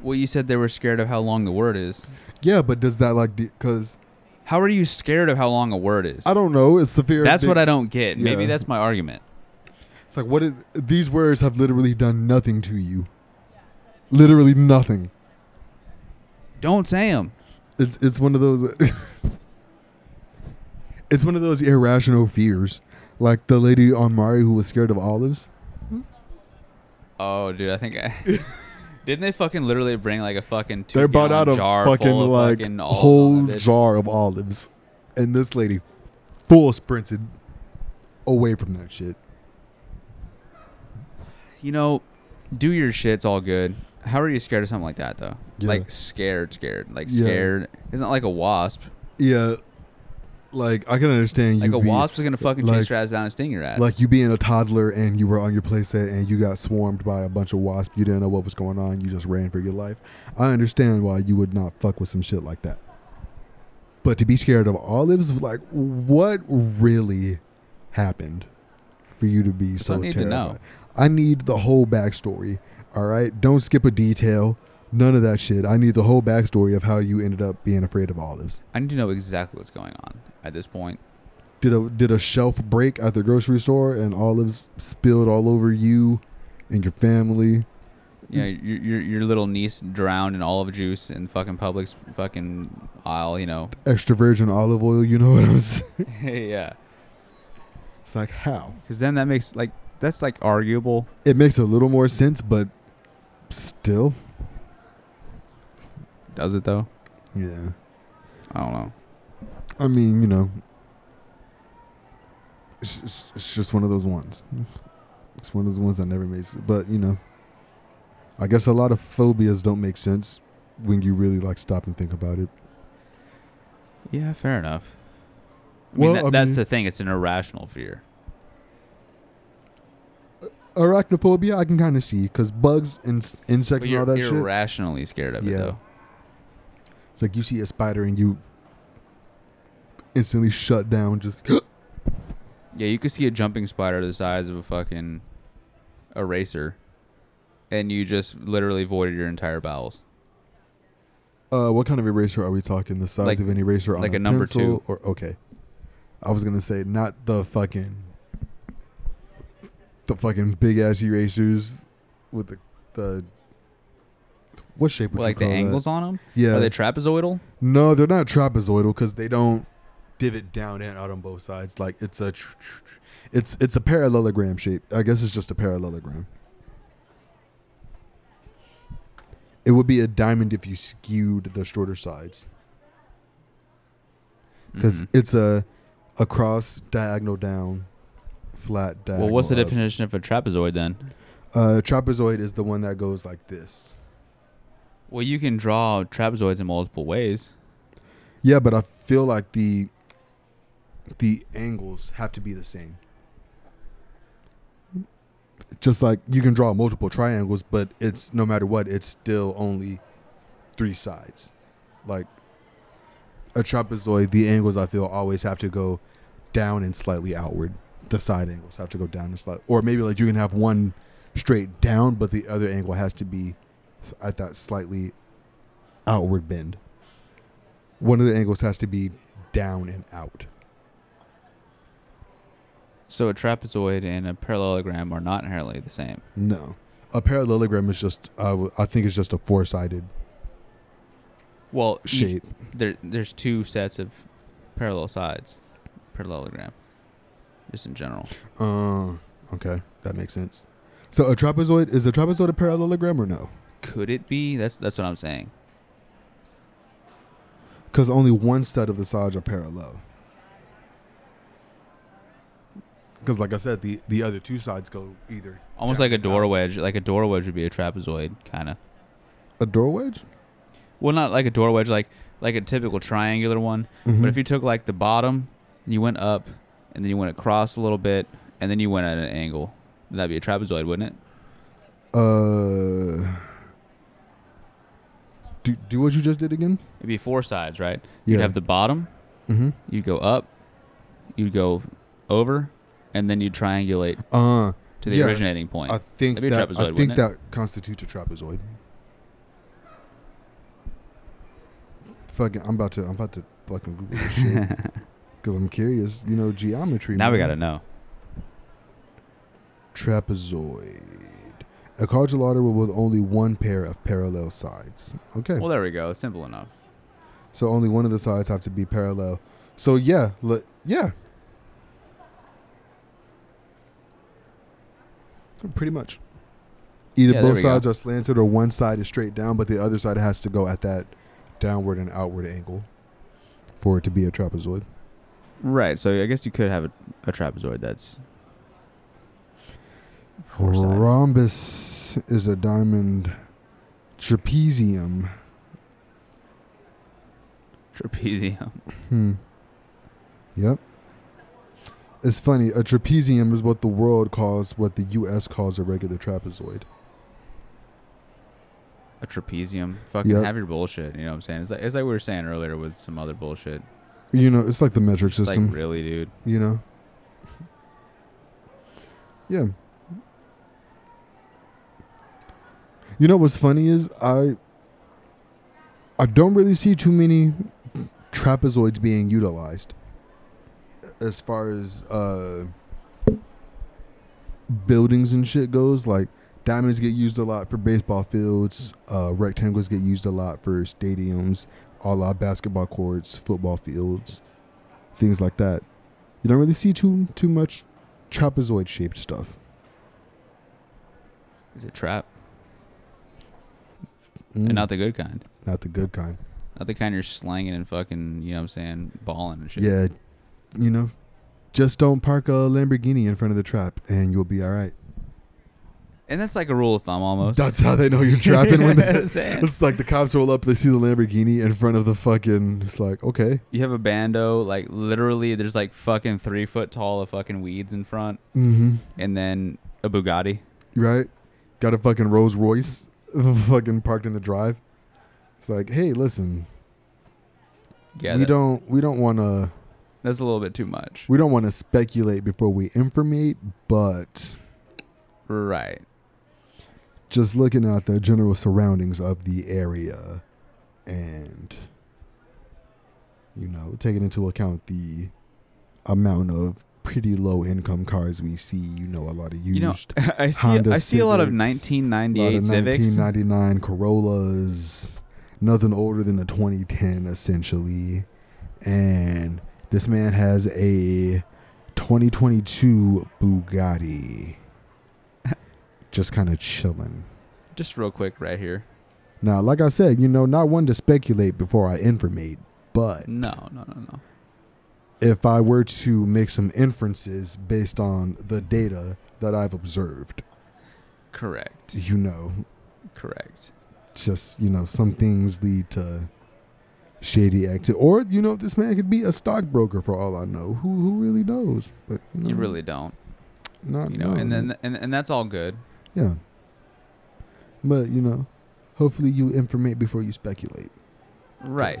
S1: Well, you said they were scared of how long the word is.
S2: Yeah, but does that like because
S1: How are you scared of how long a word is?
S2: I don't know? It's the fear. of
S1: That's
S2: being-
S1: what I don't get. Maybe
S2: Yeah.
S1: that's my argument.
S2: It's like what is, these words have literally done nothing to you. Literally nothing.
S1: Don't say them.
S2: It's it's one of those <laughs> It's one of those irrational fears. Like the lady on Mari who was scared of olives.
S1: Oh, dude, I think
S2: <laughs>
S1: I didn't they fucking literally bring like a fucking two
S2: They brought out
S1: gallon
S2: a
S1: jar
S2: fucking
S1: full of
S2: like
S1: fucking all-
S2: whole
S1: all of it?
S2: jar of olives. And this lady full sprinted away from that shit.
S1: You know, do your shit's all good. How are you scared of something like that though?
S2: Yeah.
S1: Like scared, scared, like
S2: Yeah.
S1: scared. It's not like a wasp.
S2: Yeah. Like I can understand you
S1: Like a
S2: being-
S1: wasp is gonna fucking
S2: like-
S1: chase your ass down and sting your ass.
S2: Like you being a toddler and you were on your playset and you got swarmed by a bunch of wasps. You didn't know what was going on. You just ran for your life. I understand why you would not fuck with some shit like that. But to be scared of olives, like what really happened for you to be so
S1: what I need to
S2: terrified?
S1: know.
S2: I need the whole backstory. All right, don't skip a detail. None of that shit. I need the whole backstory of how you ended up being afraid of olives.
S1: I need to know exactly what's going on at this point.
S2: did a did a shelf break at the grocery store and olives spilled all over you and your family.
S1: You know,
S2: Mm.
S1: your, your your little niece drowned in olive juice in fucking Publix fucking aisle. You know, <laughs>
S2: Extra virgin olive oil, you know what I'm <laughs> saying?
S1: yeah.
S2: It's like how?
S1: Because then that makes like that's like arguable.
S2: It makes a little more sense, but still,
S1: Does it though?
S2: yeah.
S1: I don't know.
S2: I mean, you know, it's, it's- it's just one of those ones. It's one of those ones that never makes. But you know, I guess a lot of phobias don't make sense when you really like stop and think about it.
S1: Yeah, fair enough. I
S2: Well,
S1: mean, that,
S2: I
S1: that's
S2: mean-
S1: the thing. It's an irrational fear.
S2: arachnophobia I can kind of see because bugs and s-
S1: But
S2: insects and
S1: you're
S2: all that shit.
S1: irrationally scared of
S2: Yeah.
S1: it though.
S2: It's like you see a spider and you instantly shut down. Just <gasps>
S1: Yeah, you could see a jumping spider the size of a fucking eraser, and you just literally voided your entire bowels.
S2: uh, what kind of eraser are we talking? The size
S1: Like-
S2: of an eraser on
S1: like
S2: a,
S1: a number
S2: pencil
S1: two.
S2: or okay? I was gonna say not the fucking the fucking big ass erasers with the the what shape would
S1: Well,
S2: you
S1: like the
S2: call that?
S1: angles on them.
S2: Yeah,
S1: Are they trapezoidal?
S2: No, they're not trapezoidal because they don't divot down and out on both sides. Like it's a, tr- tr- tr- it's it's a parallelogram shape. I guess it's just a parallelogram. It would be a diamond if you skewed the shorter sides because
S1: Mhm.
S2: it's a a cross diagonal down, flat diagonal.
S1: Well, what's the
S2: up.
S1: definition of a trapezoid then?
S2: Uh, trapezoid is the one that goes like this.
S1: Well, you can draw trapezoids in multiple ways.
S2: Yeah, but I feel like the the angles have to be the same. Just like you can draw multiple triangles, but it's no matter what, it's still only three sides. Like a trapezoid, the angles I feel always have to go down and slightly outward. The side angles have to go down and slightly, or maybe like you can have one straight down, but the other angle has to be s- at that slightly outward bend. One of the angles has to be down and out.
S1: So a trapezoid and a parallelogram are not inherently the same.
S2: No, a parallelogram is just uh, w- I think it's just a four sided
S1: Well, each-
S2: shape.
S1: there, there's two sets of parallel sides, parallelogram, just in general.
S2: Uh, okay, that makes sense. So a trapezoid is a trapezoid a parallelogram or no?
S1: Could it be? That's that's what I'm saying.
S2: Because only one side of the sides are parallel. Because, like I said, the the other two sides go either
S1: Almost
S2: Yeah.
S1: like a door wedge. Like a door wedge would be a trapezoid, kind of.
S2: a door wedge.
S1: Well, not like a door wedge, like like a typical triangular one.
S2: Mm-hmm.
S1: But if you took like the bottom and you went up, and then you went across a little bit, and then you went at an angle, that'd be a trapezoid, wouldn't it?
S2: uh, do do what you just did again.
S1: It'd be four sides, right? You'd
S2: Yeah.
S1: have the bottom,
S2: Mm-hmm.
S1: you'd go up, you'd go over, and then you'd triangulate
S2: Uh,
S1: to the
S2: Yeah.
S1: originating point.
S2: I think
S1: That'd be a
S2: that
S1: trapezoid,
S2: I think
S1: wouldn't
S2: that constitutes a trapezoid. Fucking, I'm about to I'm about to fucking Google
S1: <laughs>
S2: this shit because I'm curious. You know, geometry.
S1: now we
S2: man.
S1: gotta know.
S2: trapezoid. A quadrilateral with only one pair of parallel sides. Okay.
S1: Well, there we go. It's simple enough.
S2: so only one of the sides have to be parallel. So yeah, look, yeah. Pretty much. Either
S1: Yeah, there
S2: both
S1: we go.
S2: sides are slanted or one side is straight down, but the other side has to go at that downward and outward angle for it to be a trapezoid.
S1: Right. So I guess you could have a, a trapezoid that's four-sided.
S2: Rhombus is a diamond. Trapezium.
S1: trapezium. <laughs>
S2: Hmm. Yep. It's funny. A trapezium is what the world calls what the U.S. calls a regular trapezoid.
S1: A trapezium. Fucking
S2: Yep.
S1: have your bullshit. You know what I'm saying? It's like, it's like we were saying earlier with some other bullshit.
S2: You know, it's like the metric
S1: It's
S2: system.
S1: like really, dude.
S2: you know. Yeah. You know what's funny is I. I don't really see too many trapezoids being utilized, as far as uh, buildings and shit goes. Like diamonds get used a lot for baseball fields. Uh, rectangles get used a lot for stadiums, a la basketball courts, football fields, things like that. You don't really see too too much trapezoid shaped stuff.
S1: It's a trap,
S2: Mm,
S1: and not the good kind.
S2: not the good kind.
S1: Not the kind you're slanging and fucking. You know what I'm saying? Balling and shit.
S2: Yeah, you know, just don't park a Lamborghini in front of the trap, and you'll be all right.
S1: And that's like a rule of thumb almost.
S2: That's how they know
S1: <laughs>
S2: you're trapping when <laughs>
S1: You know what
S2: they,
S1: I'm saying?
S2: it's like the cops roll up, they see the Lamborghini in front of the fucking. It's like okay,
S1: you have a bando, like literally, there's like fucking three foot tall of fucking weeds in front,
S2: mm-hmm,
S1: and then a Bugatti.
S2: right? Got a fucking Rolls Royce, <laughs> fucking parked in the drive. It's like, hey, listen,
S1: Yeah,
S2: we
S1: that-
S2: don't we don't want to
S1: that's a little bit too much.
S2: we don't want to speculate before we informate, but
S1: Right.
S2: just looking at the general surroundings of the area and you know taking into account the amount of pretty low income cars we see you know a lot of used
S1: You know, <laughs> I see
S2: Honda
S1: I see a lot of
S2: Civics, a
S1: 1998
S2: lot of
S1: Civics.
S2: 1999 corollas nothing older than a 2010 essentially and this man has a 2022
S1: <laughs>
S2: bugatti just kind of chilling
S1: Just real quick, right here.
S2: Now, like I said, you know, not one to speculate before I informate, but
S1: No, no, no, no.
S2: if I were to make some inferences based on the data that I've observed,
S1: Correct.
S2: you know,
S1: Correct.
S2: just, you know, some things lead to shady activity. Or, you know, this man could be a stockbroker for all I know. Who who really knows? But you, know,
S1: You really don't.
S2: not
S1: You know, and
S2: knowing.
S1: then and and that's all good.
S2: Yeah. But, you know, hopefully you informate before you speculate.
S1: Right.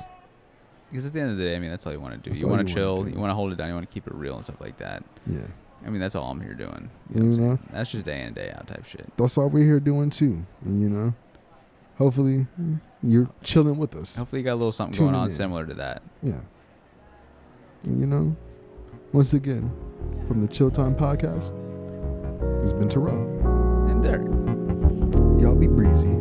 S1: Because at the end of the day, I mean, that's all you want to do.
S2: That's
S1: You
S2: all
S1: want
S2: you
S1: to
S2: wanna
S1: chill.
S2: do.
S1: You want to hold it down. You want to keep it real and stuff like that.
S2: Yeah.
S1: I mean, that's all I'm here doing. know what
S2: You
S1: I'm
S2: know?
S1: saying? That's just day in day out type shit.
S2: That's all we're here doing too. And you know, hopefully you're chilling with us.
S1: Hopefully, you got a little something
S2: Tune
S1: going on
S2: in.
S1: similar to that.
S2: Yeah. And you know, once again, from the Chill Time Podcast, it's been Terrell.
S1: And Derek.
S2: Y'all be breezy.